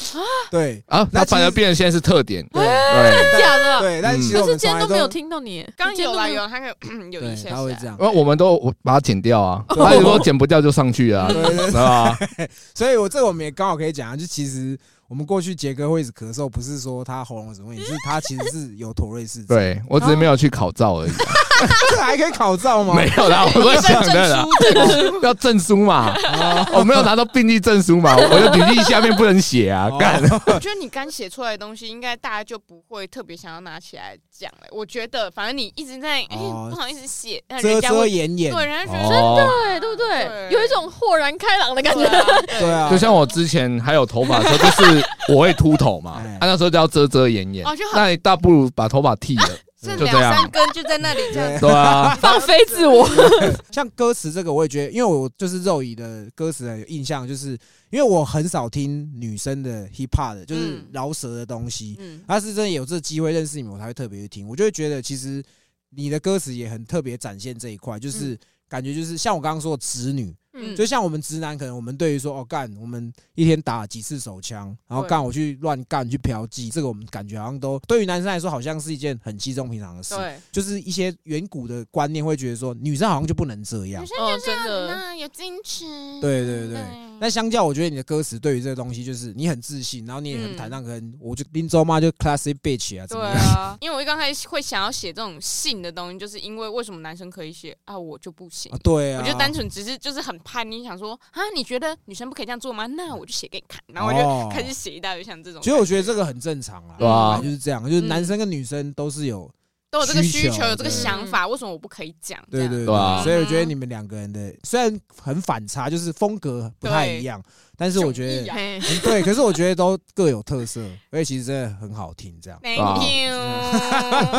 [SPEAKER 1] 对
[SPEAKER 3] 啊，
[SPEAKER 1] 那
[SPEAKER 3] 那
[SPEAKER 1] 其实
[SPEAKER 3] 反而变成现在是特点，
[SPEAKER 1] 对
[SPEAKER 3] 对，
[SPEAKER 5] 假的？
[SPEAKER 1] 对，但
[SPEAKER 3] 嗯
[SPEAKER 1] 其实
[SPEAKER 5] 可
[SPEAKER 1] 我
[SPEAKER 5] 是
[SPEAKER 1] 们
[SPEAKER 5] 今
[SPEAKER 1] 从来
[SPEAKER 5] 天都没有听到你，
[SPEAKER 2] 刚有啦
[SPEAKER 5] 来
[SPEAKER 2] 有，他嗯有有一啊
[SPEAKER 1] 对，
[SPEAKER 2] 下
[SPEAKER 1] 他会这
[SPEAKER 2] 下，
[SPEAKER 1] 样，
[SPEAKER 3] 那我们都我把它剪掉啊，
[SPEAKER 5] 哦
[SPEAKER 1] 对
[SPEAKER 3] 他如果剪不掉就上去啊，
[SPEAKER 1] 对对
[SPEAKER 3] 对吧？
[SPEAKER 1] 所以我这我们也刚好可以讲啊，就其实我们过去杰哥会一直咳嗽，不是说他喉咙有什么问题，是他其实是有妥瑞氏症，
[SPEAKER 3] 对我只是没有去考照而已，
[SPEAKER 1] 这还可以考照吗？
[SPEAKER 3] 没有啦，我不想的啦，要证书嘛，
[SPEAKER 1] 啊
[SPEAKER 3] 我没有拿到病历证书嘛，我的履历下面不能写
[SPEAKER 1] 哦
[SPEAKER 3] 啊，干。
[SPEAKER 2] 我
[SPEAKER 1] 嗯
[SPEAKER 2] 觉得你刚写出来的东西，应该大家就不会特别想要拿起来讲了。我觉得，反正你一直在，哎、
[SPEAKER 1] 哦
[SPEAKER 2] 不好意思写，呃
[SPEAKER 1] 遮
[SPEAKER 2] 人家
[SPEAKER 1] 遮
[SPEAKER 2] 会
[SPEAKER 1] 掩掩，
[SPEAKER 2] 对，人家觉得
[SPEAKER 3] 哦，
[SPEAKER 5] 对对不对？
[SPEAKER 2] 对
[SPEAKER 5] 有一种豁然开朗的感觉
[SPEAKER 2] 对。啊
[SPEAKER 1] 对啊，
[SPEAKER 3] 就像我之前还有头发的时候，就是我会秃头嘛，
[SPEAKER 1] 哎
[SPEAKER 3] 啊那时候就要遮遮掩掩
[SPEAKER 2] 哦就，很
[SPEAKER 3] 那你大不如把头发剃了，
[SPEAKER 1] 对
[SPEAKER 3] 嗯
[SPEAKER 4] 这
[SPEAKER 3] 就这
[SPEAKER 4] 两
[SPEAKER 3] 样
[SPEAKER 4] 三，根就在那里这样
[SPEAKER 1] 对
[SPEAKER 4] 子，
[SPEAKER 3] 对啊，
[SPEAKER 5] 放飞自我，
[SPEAKER 1] 像歌词这个，我也觉得，因为我就是肉姨的歌词的印象，就是因为我很少听女生的 hip hop 的，就是
[SPEAKER 2] 嗯
[SPEAKER 1] 饶舌的东西。
[SPEAKER 2] 嗯，
[SPEAKER 1] 但是真的有这机会认识你们，我才会特别去听。我就会觉得，其实你的歌词也很特别展现这一块，
[SPEAKER 2] 嗯
[SPEAKER 1] 就是感觉就是像我刚刚说的直女，
[SPEAKER 5] 嗯
[SPEAKER 1] 就像我们直男，可能我们对于说哦干，我们一天打几次手枪，然后
[SPEAKER 2] 对
[SPEAKER 1] 干我去乱干去嫖妓，这个我们感觉好像都对于男生来说好像是一件很稀松平常的事。
[SPEAKER 2] 对，
[SPEAKER 1] 就是一些远古的观念会觉得说，女生好像就不能这样
[SPEAKER 2] 女。生
[SPEAKER 5] 哦
[SPEAKER 2] 就这样
[SPEAKER 5] 真
[SPEAKER 2] 子
[SPEAKER 5] 的
[SPEAKER 2] 呢，有矜持，
[SPEAKER 1] 对对对。
[SPEAKER 2] 嗯
[SPEAKER 1] 但相较，我觉得你的歌词对于这个东西，就是你很自信，然后你也很
[SPEAKER 2] 嗯
[SPEAKER 1] 坦荡，跟我就拎周妈就 classic bitch 啊，怎
[SPEAKER 2] 对
[SPEAKER 1] 么样？
[SPEAKER 2] 啊，因为我一刚开始会想要写这种性的东西，就是因为为什么男生可以写啊，我就不行
[SPEAKER 1] 啊，。对啊，
[SPEAKER 2] 我就单纯只是就是很叛逆，想说啊，你觉得女生不可以这样做吗？那我就写给你看，然后我
[SPEAKER 1] 哦
[SPEAKER 2] 就开始写一大堆像这种。
[SPEAKER 1] 其实我觉得这个很正常啦，
[SPEAKER 3] 对啊
[SPEAKER 1] 本来就是这样，就是
[SPEAKER 2] 嗯
[SPEAKER 1] 男生跟女生都是有，
[SPEAKER 2] 都有这个
[SPEAKER 1] 需
[SPEAKER 2] 需
[SPEAKER 1] 求
[SPEAKER 2] 求，有这个
[SPEAKER 1] 对
[SPEAKER 2] 想法，为什么我不可以讲？
[SPEAKER 1] 对
[SPEAKER 2] 这样
[SPEAKER 1] 对
[SPEAKER 3] 对啊
[SPEAKER 1] 所以我觉得你们两个人的虽然很反差，就是风格不太一样，但是我觉
[SPEAKER 2] 迥异
[SPEAKER 1] 得嗯
[SPEAKER 2] 啊
[SPEAKER 5] 嘿
[SPEAKER 1] 对，可是我觉得都各有特色，而且其实真的很好听，这样。
[SPEAKER 2] Thank you。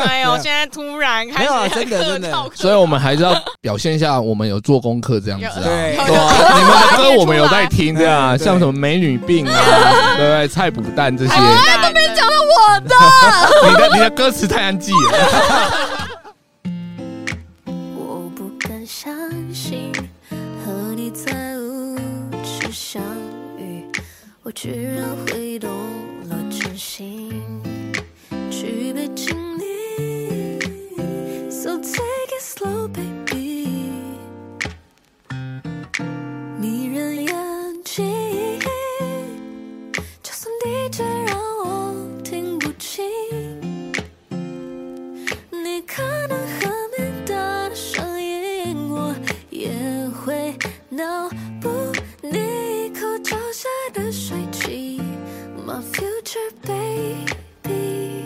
[SPEAKER 2] 哎 呦，现在突然
[SPEAKER 1] 啊没
[SPEAKER 2] 开始
[SPEAKER 1] 有啊真的
[SPEAKER 2] 客
[SPEAKER 1] 真的
[SPEAKER 2] 套客
[SPEAKER 3] 所以我们还是要表现一下我们有做功课这样子啊，
[SPEAKER 1] 对
[SPEAKER 3] 对啊，你们的歌我们有在听的啊，
[SPEAKER 1] 嗯对
[SPEAKER 3] 像什么美女病啊，对不对？菜脯蛋这些，
[SPEAKER 5] 哎
[SPEAKER 2] 套都没讲到
[SPEAKER 3] 你的你的歌词太难记了，
[SPEAKER 6] 我不敢相信和你在舞池相遇，我居然会动了真心，去被经历。So take it slow, baby。迷人眼睛，就算 DJ 让我听不清。你可能很敏感，声音我也会脑补你一口嚼下的帅气，My future baby。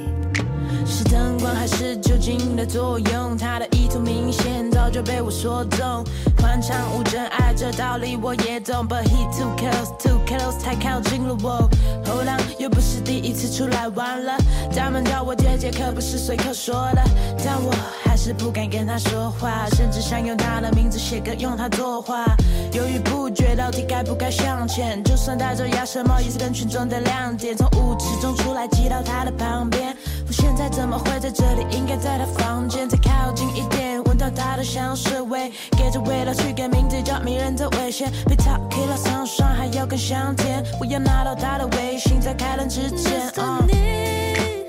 [SPEAKER 7] 是灯光还是酒精的作用？它的意图明显，早就被我说中。欢唱无真爱这道理我也懂，But he too close, too close，太靠近了我。后浪又不是第一次出来玩了，他们叫我姐姐可不是随口说的，但我还是不敢跟她说话，甚至想用她的名字写歌，用她作画。犹豫不决，到底该不该向前？就算戴着鸭舌帽，也是跟群众的亮点。从舞池中出来，挤到她的旁边。我现在怎么会在这里？应该在她房间，再靠近一点，闻到她的香水味，给这味道去给名字叫迷人的危险。被她 K 到上霜，还要更香甜。我要拿到她的微信，在开灯之前。
[SPEAKER 6] Mr.
[SPEAKER 7] 嗯
[SPEAKER 6] 你，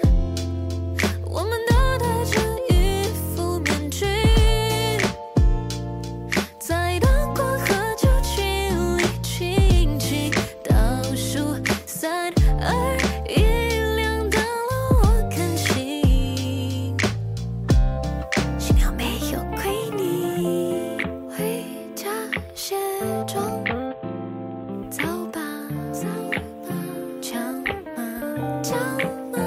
[SPEAKER 6] 我们都戴着一副面具，在灯光和酒精里轻轻倒数三二一，亮灯了，我看清，幸好没有亏你。回家卸妆。走吧，走吧，讲嘛讲嘛。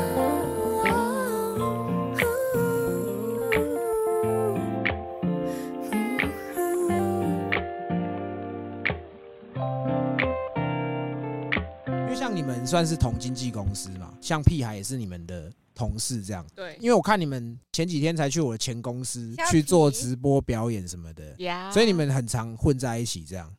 [SPEAKER 1] 算是同经纪公司嘛，像屁孩也是你们的同事这样。
[SPEAKER 2] 对
[SPEAKER 1] 因为我看你们前几天才去我的前公司
[SPEAKER 4] 虾皮
[SPEAKER 1] 去做直播表演什么的，
[SPEAKER 2] 呀
[SPEAKER 1] 所以你们很常混在一起这样。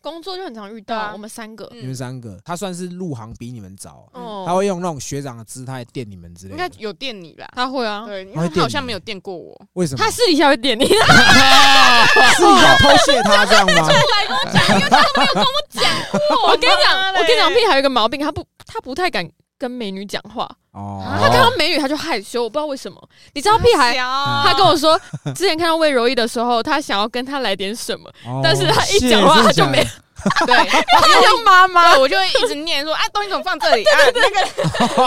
[SPEAKER 5] 工作就很常遇
[SPEAKER 2] 对
[SPEAKER 5] 到
[SPEAKER 2] 啊
[SPEAKER 5] 我们三个，
[SPEAKER 1] 你们三个，他算是入行比你们早，啊
[SPEAKER 2] 嗯
[SPEAKER 5] 哦，
[SPEAKER 1] 他会用那种学长的姿态电你们之类
[SPEAKER 2] 应该
[SPEAKER 1] 的。
[SPEAKER 2] 有电你吧？
[SPEAKER 5] 他会啊，
[SPEAKER 2] 对，因
[SPEAKER 1] 会
[SPEAKER 2] 为
[SPEAKER 1] 电你
[SPEAKER 2] 他好像没有电过我。
[SPEAKER 1] 为什么？
[SPEAKER 5] 他私底下会 点你，
[SPEAKER 1] 是你想偷窃他这样 吗？
[SPEAKER 5] 我跟你讲，
[SPEAKER 2] 嘞
[SPEAKER 5] 我跟你讲，屁还有一个毛病，他不他不太敢跟美女讲话，他看
[SPEAKER 1] 哦，
[SPEAKER 5] 到美女他就害羞，我不知道为什么。你知道屁孩，
[SPEAKER 2] 啊
[SPEAKER 5] 他
[SPEAKER 2] 他
[SPEAKER 5] 跟我说之前看到魏柔意的时候，他想要跟他来点什么， 但是他一
[SPEAKER 1] 谢
[SPEAKER 5] 讲话
[SPEAKER 1] 谢
[SPEAKER 5] 他就
[SPEAKER 1] 哦谢
[SPEAKER 5] 没
[SPEAKER 2] 对，
[SPEAKER 5] 他像妈妈
[SPEAKER 2] 对，我就会一直念说啊，东西怎么放这里啊？那个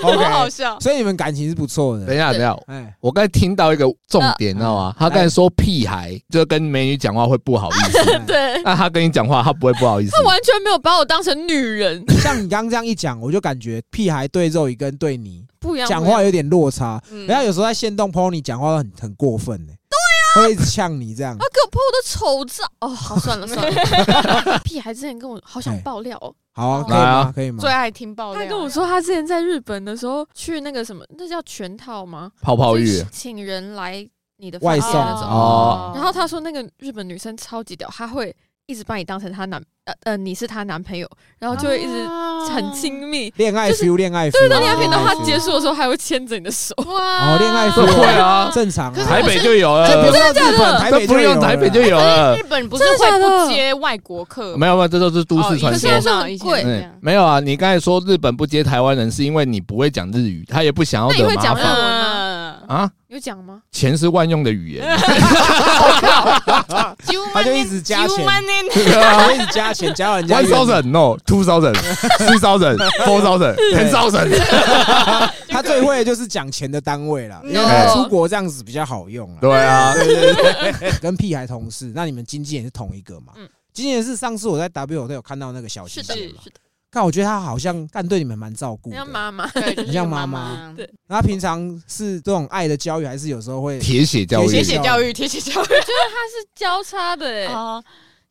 [SPEAKER 1] OK，
[SPEAKER 2] 很好笑。
[SPEAKER 1] 所以你们感情是不错
[SPEAKER 3] 等
[SPEAKER 1] 的
[SPEAKER 3] 一。下，等一下，
[SPEAKER 1] 哎，
[SPEAKER 3] 我刚才听到一个重点，你知道吗？他刚才说屁孩，就跟美女讲话会不好意思。
[SPEAKER 1] 哎
[SPEAKER 5] 对，
[SPEAKER 3] 那他跟你讲话，他不会不好意思
[SPEAKER 5] 他。完全没有把我当成女人，
[SPEAKER 1] 像你刚刚这样一讲，我就感觉屁孩对肉一跟对你
[SPEAKER 5] 不一样。啊
[SPEAKER 1] 讲
[SPEAKER 5] 不一样
[SPEAKER 1] 话有点落差。
[SPEAKER 2] 嗯
[SPEAKER 1] 人家有时候在线动 pony 讲话都很很过分呢，对啊，会一直呛你这样
[SPEAKER 5] 他。给我 PO 的丑照哦，好算了算了。屁孩之前跟我好
[SPEAKER 1] 哎
[SPEAKER 5] 想爆料哦，
[SPEAKER 1] 好 啊，可以
[SPEAKER 3] 来啊
[SPEAKER 1] 吗？可以吗
[SPEAKER 2] 最？爱听爆料，啊
[SPEAKER 5] 他跟我说他之前在日本的时候去那个什么，那叫全套吗？
[SPEAKER 3] 泡泡浴
[SPEAKER 5] 就是，请人来你的
[SPEAKER 1] 外
[SPEAKER 5] 饭
[SPEAKER 1] 送
[SPEAKER 5] 店那种。
[SPEAKER 3] 哦
[SPEAKER 5] 然后他说那个日本女生超级屌，她会一直把你当成她男呃呃你是她男朋友，然后就会一直很亲密。
[SPEAKER 1] 恋爱
[SPEAKER 5] 就是
[SPEAKER 1] feel，恋爱 feel，
[SPEAKER 5] 对对，你还可以到
[SPEAKER 1] 恋爱
[SPEAKER 5] 她
[SPEAKER 1] feel
[SPEAKER 5] 结束的时候还会牵着你的手，
[SPEAKER 1] 哦，恋爱
[SPEAKER 3] 这
[SPEAKER 1] feel
[SPEAKER 3] 会啊，
[SPEAKER 1] 正常啊。
[SPEAKER 3] 台北就有
[SPEAKER 1] 这不
[SPEAKER 3] 了，
[SPEAKER 1] 用日本，台
[SPEAKER 3] 这
[SPEAKER 1] 北
[SPEAKER 3] 不用台北就
[SPEAKER 1] 有
[SPEAKER 3] 有了
[SPEAKER 2] 日。本不是
[SPEAKER 5] 真的假的
[SPEAKER 2] 会不接外国客吗？
[SPEAKER 3] 没有没有，这都是都
[SPEAKER 2] 哦
[SPEAKER 3] 市
[SPEAKER 2] 以前
[SPEAKER 3] 传
[SPEAKER 5] 可是
[SPEAKER 3] 说
[SPEAKER 5] 他。
[SPEAKER 2] 啊
[SPEAKER 5] 说
[SPEAKER 2] 以前
[SPEAKER 5] 很贵
[SPEAKER 2] 这，
[SPEAKER 3] 嗯
[SPEAKER 2] 样，
[SPEAKER 3] 没有啊，你刚才说日本不接台湾人，是因为你不会讲日语，他也不想要
[SPEAKER 5] 那你
[SPEAKER 3] 惹
[SPEAKER 5] 会
[SPEAKER 3] 麻
[SPEAKER 5] 讲日文
[SPEAKER 3] 烦
[SPEAKER 5] 吗？
[SPEAKER 2] 嗯，
[SPEAKER 3] 啊。
[SPEAKER 5] 有讲吗？
[SPEAKER 3] 钱是万用的语言，
[SPEAKER 1] 他就一直加钱
[SPEAKER 2] Human
[SPEAKER 1] 了，他一直加钱加到人家
[SPEAKER 3] One
[SPEAKER 1] 原本
[SPEAKER 3] thousand, no, two thousand, three thousand, four thousand, ten thousand。
[SPEAKER 1] 他最会的就是讲钱的单位
[SPEAKER 6] 嗯
[SPEAKER 1] 啦，因为
[SPEAKER 5] No
[SPEAKER 1] 他出国这样子比较好用啊。
[SPEAKER 3] 对啊，
[SPEAKER 1] 跟屁孩同事，那你们经纪人是同一个嘛？
[SPEAKER 5] 嗯
[SPEAKER 1] 经纪人是上次我在 W 都有看到那个小姐
[SPEAKER 5] 是
[SPEAKER 1] 姐
[SPEAKER 5] 的，
[SPEAKER 1] 嘛，
[SPEAKER 5] 是的，
[SPEAKER 1] 看我觉得她好像干对你们蛮照顾
[SPEAKER 5] 那
[SPEAKER 1] 的
[SPEAKER 5] 叫。妈妈。
[SPEAKER 2] 对，就是
[SPEAKER 1] 很
[SPEAKER 2] 一
[SPEAKER 1] 像
[SPEAKER 2] 个
[SPEAKER 1] 妈
[SPEAKER 2] 妈
[SPEAKER 1] 妈
[SPEAKER 2] 妈，
[SPEAKER 5] 对
[SPEAKER 1] 那平常是这种爱的教育，还是有时候会
[SPEAKER 3] 铁血教
[SPEAKER 1] 铁
[SPEAKER 3] 育
[SPEAKER 2] 铁
[SPEAKER 1] 血，
[SPEAKER 2] 血教育，铁血教育
[SPEAKER 5] 他是交叉的哎，
[SPEAKER 2] 哦，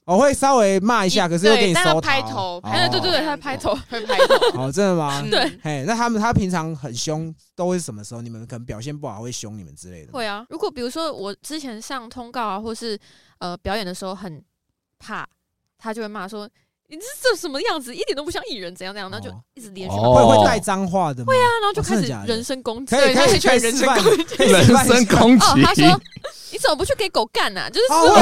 [SPEAKER 1] 我会稍微骂一下，可是又给你
[SPEAKER 2] 对但她
[SPEAKER 1] 收
[SPEAKER 2] 拍
[SPEAKER 1] 头
[SPEAKER 2] 头
[SPEAKER 1] 哦
[SPEAKER 2] 拍
[SPEAKER 5] 哎
[SPEAKER 2] 哦
[SPEAKER 5] 对对对，他拍头，
[SPEAKER 2] 会拍头，
[SPEAKER 1] 哦，真的吗？
[SPEAKER 2] 嗯
[SPEAKER 5] 对，
[SPEAKER 1] 嘿，那他们他平常很凶，都会是什么时候？你们可能表现不好会凶你们之类的吗。
[SPEAKER 5] 会啊。如果比如说我之前上通告啊，或是呃表演的时候很怕，他就会骂说你这这什么样子，一点都不像艺人，怎样怎样，那就
[SPEAKER 1] 哦
[SPEAKER 5] 一直连续骂。
[SPEAKER 3] 哦
[SPEAKER 1] 会会带脏话的吗？会啊，
[SPEAKER 5] 然后就
[SPEAKER 1] 哦
[SPEAKER 5] 开
[SPEAKER 1] 真的
[SPEAKER 5] 始
[SPEAKER 1] 假的
[SPEAKER 5] 人身攻击。
[SPEAKER 1] 可以
[SPEAKER 5] 对
[SPEAKER 1] 可以
[SPEAKER 5] 就
[SPEAKER 1] 可以
[SPEAKER 5] 是
[SPEAKER 1] 示范，可以
[SPEAKER 3] 人
[SPEAKER 1] 示范一
[SPEAKER 3] 身
[SPEAKER 1] 下
[SPEAKER 3] 攻
[SPEAKER 5] 哦， 他
[SPEAKER 3] 击。
[SPEAKER 5] 说你怎么不去给狗干呐？就是
[SPEAKER 1] 哦
[SPEAKER 5] 说，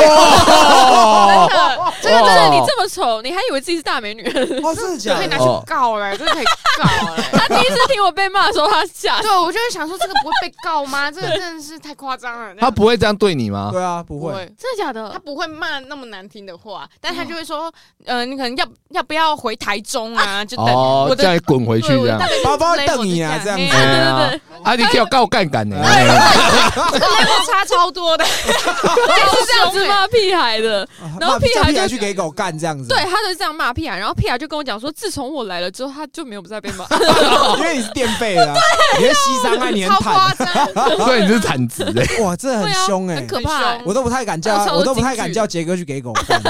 [SPEAKER 3] 哦
[SPEAKER 5] 真的就是你这么丑，你还以为自己是大美女？
[SPEAKER 1] 哦，真的假
[SPEAKER 2] 可以拿去
[SPEAKER 1] 的？
[SPEAKER 3] 哦
[SPEAKER 2] 告了，真的可以告了。
[SPEAKER 5] 他第一次听我被骂的时候，他吓
[SPEAKER 2] 对，我就会想说，这个不会被告吗？这个真的是太夸张了。
[SPEAKER 3] 他不会这样对你吗？
[SPEAKER 1] 对啊，不
[SPEAKER 2] 不
[SPEAKER 1] 会。
[SPEAKER 2] 会，
[SPEAKER 5] 真的假的
[SPEAKER 2] 他？不会骂那么难听的话，但他就会说，呃，你可能要要不要回台中啊？ 就等
[SPEAKER 3] 哦
[SPEAKER 2] 我，
[SPEAKER 3] 叫
[SPEAKER 2] 的
[SPEAKER 3] 你滚回去
[SPEAKER 2] 对我
[SPEAKER 3] 这
[SPEAKER 2] 的
[SPEAKER 3] 样
[SPEAKER 2] 大。概
[SPEAKER 1] 包包瞪你啊
[SPEAKER 2] 这
[SPEAKER 1] 这样
[SPEAKER 5] 对
[SPEAKER 1] 子
[SPEAKER 2] 哎
[SPEAKER 5] 对
[SPEAKER 3] 哎
[SPEAKER 5] 对，
[SPEAKER 3] 啊，你给我告干干呢？
[SPEAKER 2] 这个 level 差超多的，
[SPEAKER 5] 就是这样子 骂屁孩的。
[SPEAKER 1] 啊
[SPEAKER 5] 然后
[SPEAKER 1] 骂
[SPEAKER 5] 屁
[SPEAKER 1] 叫
[SPEAKER 5] 孩
[SPEAKER 1] 屁
[SPEAKER 5] 就
[SPEAKER 1] 孩去给狗干这样子，
[SPEAKER 5] 对，，他就这样骂屁孩，然后屁孩就跟我讲说，自从我来了之后，他就没有再被 骂。
[SPEAKER 1] 因为你是垫背的啊，你的膝伤害你很
[SPEAKER 2] 超
[SPEAKER 1] 惨啊
[SPEAKER 2] 夸，张，
[SPEAKER 3] 所以你是产值 哎。
[SPEAKER 1] 哇，这很
[SPEAKER 5] 对啊，
[SPEAKER 1] 凶哎
[SPEAKER 5] 很，可怕
[SPEAKER 2] 很
[SPEAKER 5] 欸。
[SPEAKER 1] 我都不太敢叫
[SPEAKER 5] 超
[SPEAKER 1] 他，
[SPEAKER 5] 超
[SPEAKER 1] 我都不太
[SPEAKER 5] 精
[SPEAKER 1] 敢
[SPEAKER 5] 致
[SPEAKER 1] 叫杰哥去给狗干，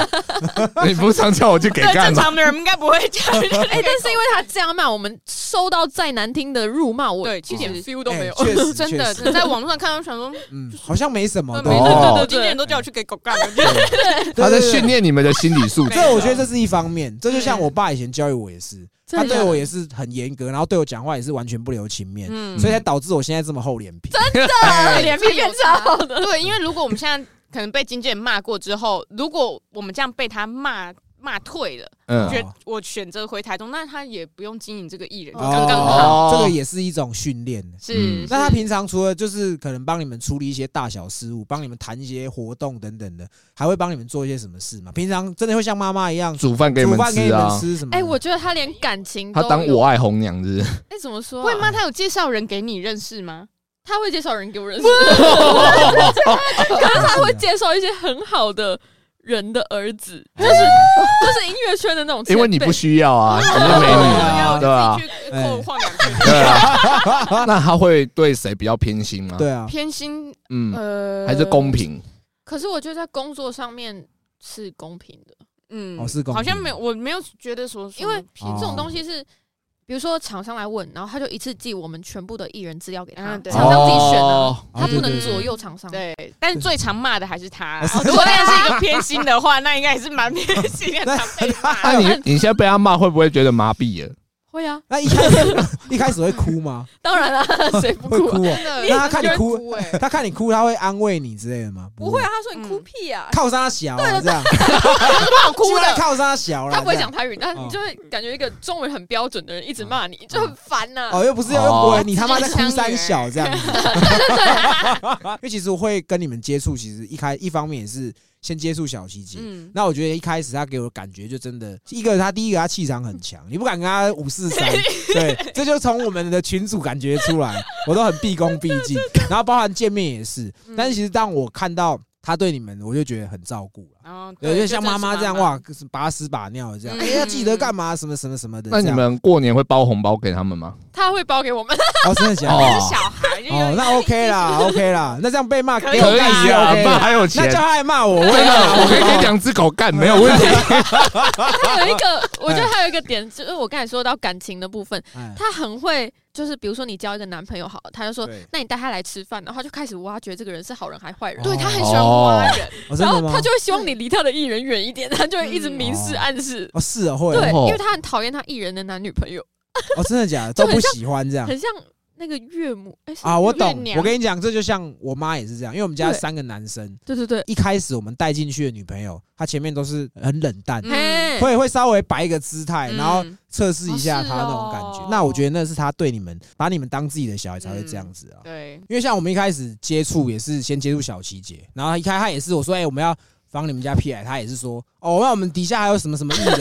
[SPEAKER 3] 你不是常叫我去给
[SPEAKER 2] 对，
[SPEAKER 3] 哎干
[SPEAKER 2] 正
[SPEAKER 3] 吗？
[SPEAKER 2] 常的人应该不会这样。
[SPEAKER 5] 哎，但是因为他这样骂，我们收到再难听的辱骂，我
[SPEAKER 2] 对
[SPEAKER 5] 一点
[SPEAKER 2] 其实
[SPEAKER 5] feel 都没有。
[SPEAKER 1] 哎确 实
[SPEAKER 2] 真的，
[SPEAKER 1] 确
[SPEAKER 2] 真
[SPEAKER 1] 实
[SPEAKER 2] 的在网络上看到，想说，
[SPEAKER 1] 嗯，好像没什么，对
[SPEAKER 2] 对，没
[SPEAKER 3] 错
[SPEAKER 1] 对
[SPEAKER 3] 哦
[SPEAKER 2] 事，对对，经纪人都叫我去给狗干了，就
[SPEAKER 3] 他在
[SPEAKER 1] 对对
[SPEAKER 3] 训练你们的心理素质。
[SPEAKER 1] 这我觉得这是一方面，这就像我爸以前教育我也是，
[SPEAKER 5] 真
[SPEAKER 1] 他
[SPEAKER 5] 的假
[SPEAKER 1] 对
[SPEAKER 5] 的
[SPEAKER 1] 我也是很严格，然后对我讲话也是完全不留情面，
[SPEAKER 2] 嗯
[SPEAKER 1] 所以才导致我现在这么厚脸皮。
[SPEAKER 5] 脸皮变超好的。
[SPEAKER 2] 对，因为如果我们现在可能被经纪人骂过之后，如果我们这样被他骂骂退了，
[SPEAKER 3] 嗯
[SPEAKER 2] 我觉
[SPEAKER 1] 哦
[SPEAKER 2] 得我选择回台中，那他也不用经营这个艺人，就
[SPEAKER 1] 哦
[SPEAKER 2] 刚刚好。
[SPEAKER 3] 好
[SPEAKER 1] 这个也是一种训练。
[SPEAKER 2] 是
[SPEAKER 3] 嗯，
[SPEAKER 1] 那他平常除了就是可能帮你们处理一些大小事务，帮你们谈一些活动等等的，还会帮你们做一些什么事吗？平常真的会像妈妈一样
[SPEAKER 3] 煮饭给你
[SPEAKER 1] 煮
[SPEAKER 3] 们
[SPEAKER 1] 饭给
[SPEAKER 3] 吃
[SPEAKER 1] 你们
[SPEAKER 3] 啊。
[SPEAKER 1] 吃什么的？
[SPEAKER 5] 哎，我觉得他连感情
[SPEAKER 3] 他
[SPEAKER 5] 都
[SPEAKER 3] 当
[SPEAKER 5] 有
[SPEAKER 3] 我爱红娘子，
[SPEAKER 5] 哎怎么说啊？
[SPEAKER 2] 会吗？他有介绍人给你认识吗？
[SPEAKER 5] 他会介绍人给我认识，可是他会介绍一些很好的人的儿子，就是就是音乐圈的那种前辈，
[SPEAKER 3] 因为你不需要啊，你是美
[SPEAKER 1] 对
[SPEAKER 3] 女，
[SPEAKER 1] 啊
[SPEAKER 3] 对吧
[SPEAKER 2] 自？己去扣晃两圈。
[SPEAKER 3] 对啊。那他会对谁比较偏心吗？
[SPEAKER 1] 对啊，
[SPEAKER 2] 偏心，
[SPEAKER 3] 嗯，
[SPEAKER 2] 呃，
[SPEAKER 3] 还是公平？
[SPEAKER 5] 可是我觉得在工作上面是公平的，
[SPEAKER 2] 嗯，
[SPEAKER 1] 哦是公平
[SPEAKER 2] 好像没有，我没有觉得说，
[SPEAKER 5] 因为
[SPEAKER 1] 哦
[SPEAKER 5] 这种东西是，比如说厂商来问，然后他就一次寄我们全部的艺人资料给他，
[SPEAKER 2] 嗯对
[SPEAKER 5] 厂商自己选啊的，
[SPEAKER 3] 哦
[SPEAKER 5] 他不
[SPEAKER 1] 哦对
[SPEAKER 5] 能
[SPEAKER 1] 对对
[SPEAKER 5] 左右厂商。
[SPEAKER 2] 对，但是最常骂的还是他。
[SPEAKER 1] 哦是
[SPEAKER 2] 如果那个是一个偏心的话，那应该也是蛮偏心的，常被骂。
[SPEAKER 3] 那啊你你现在被他骂，会不会觉得麻痹了？
[SPEAKER 5] 会啊，
[SPEAKER 1] 那一开始 一开始会哭 吗？
[SPEAKER 5] 当然啊，谁不
[SPEAKER 1] 会
[SPEAKER 5] 哭啊？
[SPEAKER 1] 哭哦。
[SPEAKER 2] 那
[SPEAKER 1] 那他看你哭
[SPEAKER 2] 哭哎、
[SPEAKER 1] 他看你哭，他会安慰你之类的吗？
[SPEAKER 5] 不会啊，，他说
[SPEAKER 2] 嗯
[SPEAKER 5] 你哭屁啊，
[SPEAKER 1] 靠山小啊这样，
[SPEAKER 5] 哭
[SPEAKER 1] 基本上
[SPEAKER 5] 的。
[SPEAKER 1] 靠山小了。
[SPEAKER 5] 他不会
[SPEAKER 1] 这样
[SPEAKER 5] 讲台语，但
[SPEAKER 1] 哦
[SPEAKER 5] 你就会感觉一个中文很标准的人一直骂你，就很烦呐。
[SPEAKER 1] 哦，又不是
[SPEAKER 3] 哦
[SPEAKER 1] 又不会，你他妈
[SPEAKER 2] 直
[SPEAKER 1] 在
[SPEAKER 2] 接
[SPEAKER 1] 哭
[SPEAKER 2] 呛
[SPEAKER 1] 三
[SPEAKER 2] 女
[SPEAKER 1] 小这 样子。因为其实我会跟你们接触，其实一开一方面也是先接触小七姐。
[SPEAKER 2] 嗯，
[SPEAKER 1] 那我觉得一开始他给我的感觉就真的，一个他第一个他气场很强，你不敢跟他五四三，对，这就从我们的群组感觉出来，我都很毕恭毕敬， 然后包含见面也是，但是其实当我看到他对你们，我就觉得很照顾了，
[SPEAKER 2] 然后
[SPEAKER 1] 对，就像
[SPEAKER 2] 真的
[SPEAKER 1] 妈
[SPEAKER 2] 是
[SPEAKER 1] 妈这样哇，把屎把尿的这样，哎，要记得干嘛什么什么什么的，
[SPEAKER 3] 那你
[SPEAKER 1] 这样
[SPEAKER 3] 们过年会包红包给他们吗？
[SPEAKER 5] 他会包给我们，
[SPEAKER 1] 哦，真的 假的？
[SPEAKER 3] 哦，
[SPEAKER 1] 哦，那 OK 啦，OK 啦，那这样被骂
[SPEAKER 2] 可
[SPEAKER 1] 给我
[SPEAKER 3] 可
[SPEAKER 1] 干
[SPEAKER 3] 以
[SPEAKER 1] 是
[SPEAKER 3] 啊，
[SPEAKER 1] OK
[SPEAKER 3] 爸
[SPEAKER 1] 的
[SPEAKER 3] 还有
[SPEAKER 1] 那
[SPEAKER 3] 钱
[SPEAKER 1] 叫。他来骂我，我也
[SPEAKER 3] 真的，
[SPEAKER 1] 骂
[SPEAKER 3] 我可以 给你两只狗干，没有问题。
[SPEAKER 5] 他有一个，我
[SPEAKER 1] 嗯
[SPEAKER 5] 觉得还有一个点，就是我刚才说到感情的部分，
[SPEAKER 1] 哎
[SPEAKER 5] 他很会，就是比如说你交一个男朋友好了，他就说
[SPEAKER 1] 对，
[SPEAKER 5] 那你带他来吃饭，然后他就开始挖掘这个人是好人还坏人，
[SPEAKER 1] 对
[SPEAKER 2] 对他很喜欢挖人，
[SPEAKER 1] 哦真
[SPEAKER 5] 然
[SPEAKER 1] 的
[SPEAKER 5] 后
[SPEAKER 1] 吗
[SPEAKER 5] 他？就会希望你离他的艺人远一点，他就会一直明示
[SPEAKER 1] 嗯
[SPEAKER 5] 暗示，
[SPEAKER 1] 哦，是啊，会
[SPEAKER 5] 对，
[SPEAKER 1] 哦，
[SPEAKER 3] 哦
[SPEAKER 5] 因为他很讨厌他艺人的男女朋友，
[SPEAKER 1] 哦真的假的？
[SPEAKER 5] 就
[SPEAKER 1] 都
[SPEAKER 5] 很
[SPEAKER 1] 不
[SPEAKER 5] 像
[SPEAKER 1] 喜欢这样
[SPEAKER 5] 很像那个岳母，哎、是
[SPEAKER 1] 啊？我
[SPEAKER 5] 岳
[SPEAKER 1] 懂
[SPEAKER 5] 娘，
[SPEAKER 1] 我跟你讲，这就像我妈也是这样，因为我们家
[SPEAKER 5] 对
[SPEAKER 1] 三个男生，
[SPEAKER 5] 对对对，
[SPEAKER 1] 一开始我们带进去的女朋友，她前面都是很冷淡，
[SPEAKER 5] 嗯嘿，
[SPEAKER 1] 会会稍微摆一个姿态，然后
[SPEAKER 2] 嗯
[SPEAKER 1] 测试一下
[SPEAKER 2] 哦是
[SPEAKER 1] 她那种感
[SPEAKER 2] 哦
[SPEAKER 1] 觉。那我觉得那是她对你们，把你们当自己的小孩才会这样子啊。
[SPEAKER 2] 对，
[SPEAKER 1] 因为像我们一开始接触也是先接触小琪姐，然后一开她也是我说哎、我们要防你们家屁孩，她也是说哦那我们底下还有什么什么艺人，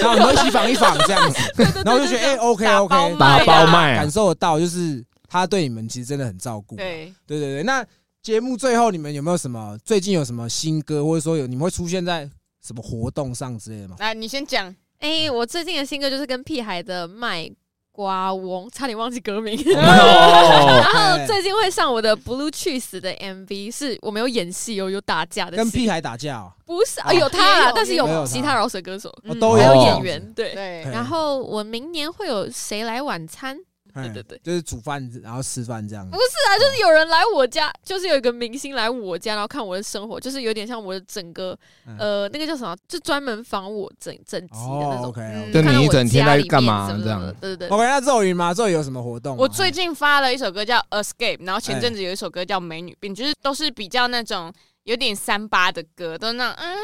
[SPEAKER 1] 然后我们一起防一防这样子，然后我就觉得哎、OK
[SPEAKER 2] 打
[SPEAKER 1] OK，
[SPEAKER 2] 包
[SPEAKER 3] 打包卖 啊
[SPEAKER 1] 感，受得到就是她对你们其实真的很照顾，
[SPEAKER 2] 对，
[SPEAKER 1] 对对对。那节目最后你们有没有什么最近有什么新歌，或者说有你们会出现在什么活动上之类的吗？
[SPEAKER 2] 来你先讲，
[SPEAKER 5] 哎、我最近的新歌就是跟屁孩的卖瓜翁，差点忘记歌名。
[SPEAKER 3] 哦
[SPEAKER 5] 然后
[SPEAKER 1] 哎
[SPEAKER 5] 最近会上我的 Blue Cheese 的 MV，是我没有演戏哦，有打架的
[SPEAKER 1] 跟
[SPEAKER 5] 戏，
[SPEAKER 1] 屁孩打架哦、
[SPEAKER 5] 不是啊，
[SPEAKER 1] 哦
[SPEAKER 5] 有
[SPEAKER 2] 也
[SPEAKER 5] 他啦
[SPEAKER 2] 有，
[SPEAKER 5] 但是
[SPEAKER 1] 也有他
[SPEAKER 5] 有其他饶舌歌手，
[SPEAKER 1] 哦
[SPEAKER 2] 嗯
[SPEAKER 1] 都
[SPEAKER 5] 还有
[SPEAKER 3] 有
[SPEAKER 5] 演员，对。
[SPEAKER 2] 对
[SPEAKER 1] 嘿
[SPEAKER 5] 然后我明年会有谁来晚餐？
[SPEAKER 1] 哎
[SPEAKER 5] 对对对
[SPEAKER 1] 就是煮饭然后吃饭这样
[SPEAKER 5] 不。是啊，就是有人来我家，就是有一个明星来我家，然后看我的生活，就是有点像我的整个
[SPEAKER 1] 嗯
[SPEAKER 5] 呃那个叫什么，就专门访我整整集的那
[SPEAKER 1] 哦
[SPEAKER 5] 种。
[SPEAKER 1] ，OK，
[SPEAKER 2] 嗯
[SPEAKER 3] 就
[SPEAKER 5] 看到
[SPEAKER 3] 你一
[SPEAKER 5] 我
[SPEAKER 3] 整天
[SPEAKER 5] 家
[SPEAKER 3] 在
[SPEAKER 5] 里
[SPEAKER 3] 干
[SPEAKER 5] 面
[SPEAKER 3] 嘛
[SPEAKER 5] 什么
[SPEAKER 3] 这
[SPEAKER 5] 什么
[SPEAKER 3] 样
[SPEAKER 5] 的？对对对，
[SPEAKER 1] OK，那咒语吗？咒语有什么活动吗？
[SPEAKER 2] 我最近发了一首歌叫《Escape》，然后前
[SPEAKER 1] 哎
[SPEAKER 2] 阵子有一首歌叫《美女病》，就是都是比较那种有点三八的歌，都是那种嗯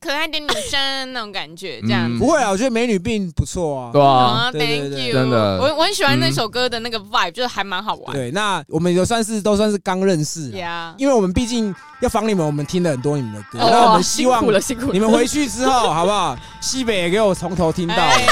[SPEAKER 2] 可爱的女生那种感觉，这样
[SPEAKER 3] 嗯
[SPEAKER 1] 不会啊，我觉得美女病不错啊。
[SPEAKER 3] 对啊，
[SPEAKER 2] 啊
[SPEAKER 1] 对对
[SPEAKER 2] ，Thank
[SPEAKER 1] 对嗯
[SPEAKER 2] you，
[SPEAKER 3] 真的
[SPEAKER 2] 我我很喜欢那首歌的那个 vibe，就是还蛮好玩。
[SPEAKER 1] 对，那我们也算是都算是刚认识啊，
[SPEAKER 2] 呀，
[SPEAKER 1] 因为我们毕竟要防你们，我们听了很多你们的歌，
[SPEAKER 5] 哦
[SPEAKER 1] 那我
[SPEAKER 5] 哇
[SPEAKER 1] 们希望
[SPEAKER 5] 辛苦了辛苦了，
[SPEAKER 1] 你们回去之后好不好？西北也给我从头听到，
[SPEAKER 2] 哎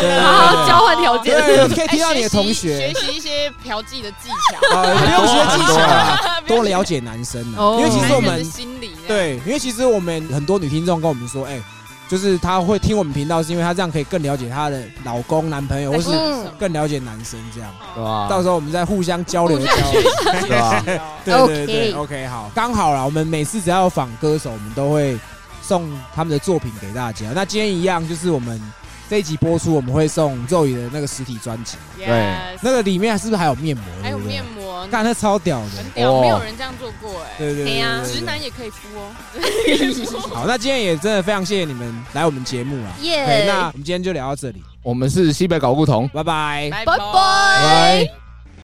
[SPEAKER 1] 对
[SPEAKER 5] 好好交
[SPEAKER 1] 对
[SPEAKER 5] 换条
[SPEAKER 1] 对
[SPEAKER 5] 件。
[SPEAKER 1] 对，对可以
[SPEAKER 2] 哎
[SPEAKER 1] 听到你的同
[SPEAKER 2] 学
[SPEAKER 1] 学
[SPEAKER 2] 习学习一些嫖妓的技
[SPEAKER 1] 啊，不用学技巧啦，
[SPEAKER 2] 巧，
[SPEAKER 1] 多了解男生啊，
[SPEAKER 5] 哦
[SPEAKER 1] 因为
[SPEAKER 2] 男
[SPEAKER 1] 其
[SPEAKER 2] 人
[SPEAKER 1] 实我
[SPEAKER 2] 的
[SPEAKER 1] 们
[SPEAKER 2] 心理这样，
[SPEAKER 1] 对，因为其实我们很多女听众跟我们说，哎，就是她会听我们频道，是因为她这样可以更了解她的老公、男朋友，或是
[SPEAKER 2] 嗯
[SPEAKER 1] 更了解男生这样。
[SPEAKER 3] 对吧？
[SPEAKER 1] 到时候我们再互相交流交流。
[SPEAKER 3] 对吧？
[SPEAKER 2] 哦
[SPEAKER 1] 对对对，OK，好，刚好啦，我们每次只要有访歌手，我们都会送他们的作品给大家。那今天一样，就是我们这一集播出，我们会送咒语的那个实体专辑，
[SPEAKER 2] Yes，
[SPEAKER 1] 那个里面是不是还有面膜？
[SPEAKER 2] 还有
[SPEAKER 1] 对不对
[SPEAKER 2] 面，膜，
[SPEAKER 1] 干那超屌的。
[SPEAKER 2] 很屌，
[SPEAKER 3] 哦
[SPEAKER 2] 没有人这样做过哎。
[SPEAKER 1] 对对对对对
[SPEAKER 2] 直男也可以敷哦。
[SPEAKER 1] 好，那今天也真的非常谢谢你们来我们节目啊。耶！那我们今天就聊到这里，
[SPEAKER 3] 我们是西北搞不同。
[SPEAKER 1] 拜拜。
[SPEAKER 2] 拜
[SPEAKER 5] 拜拜。
[SPEAKER 1] 拜。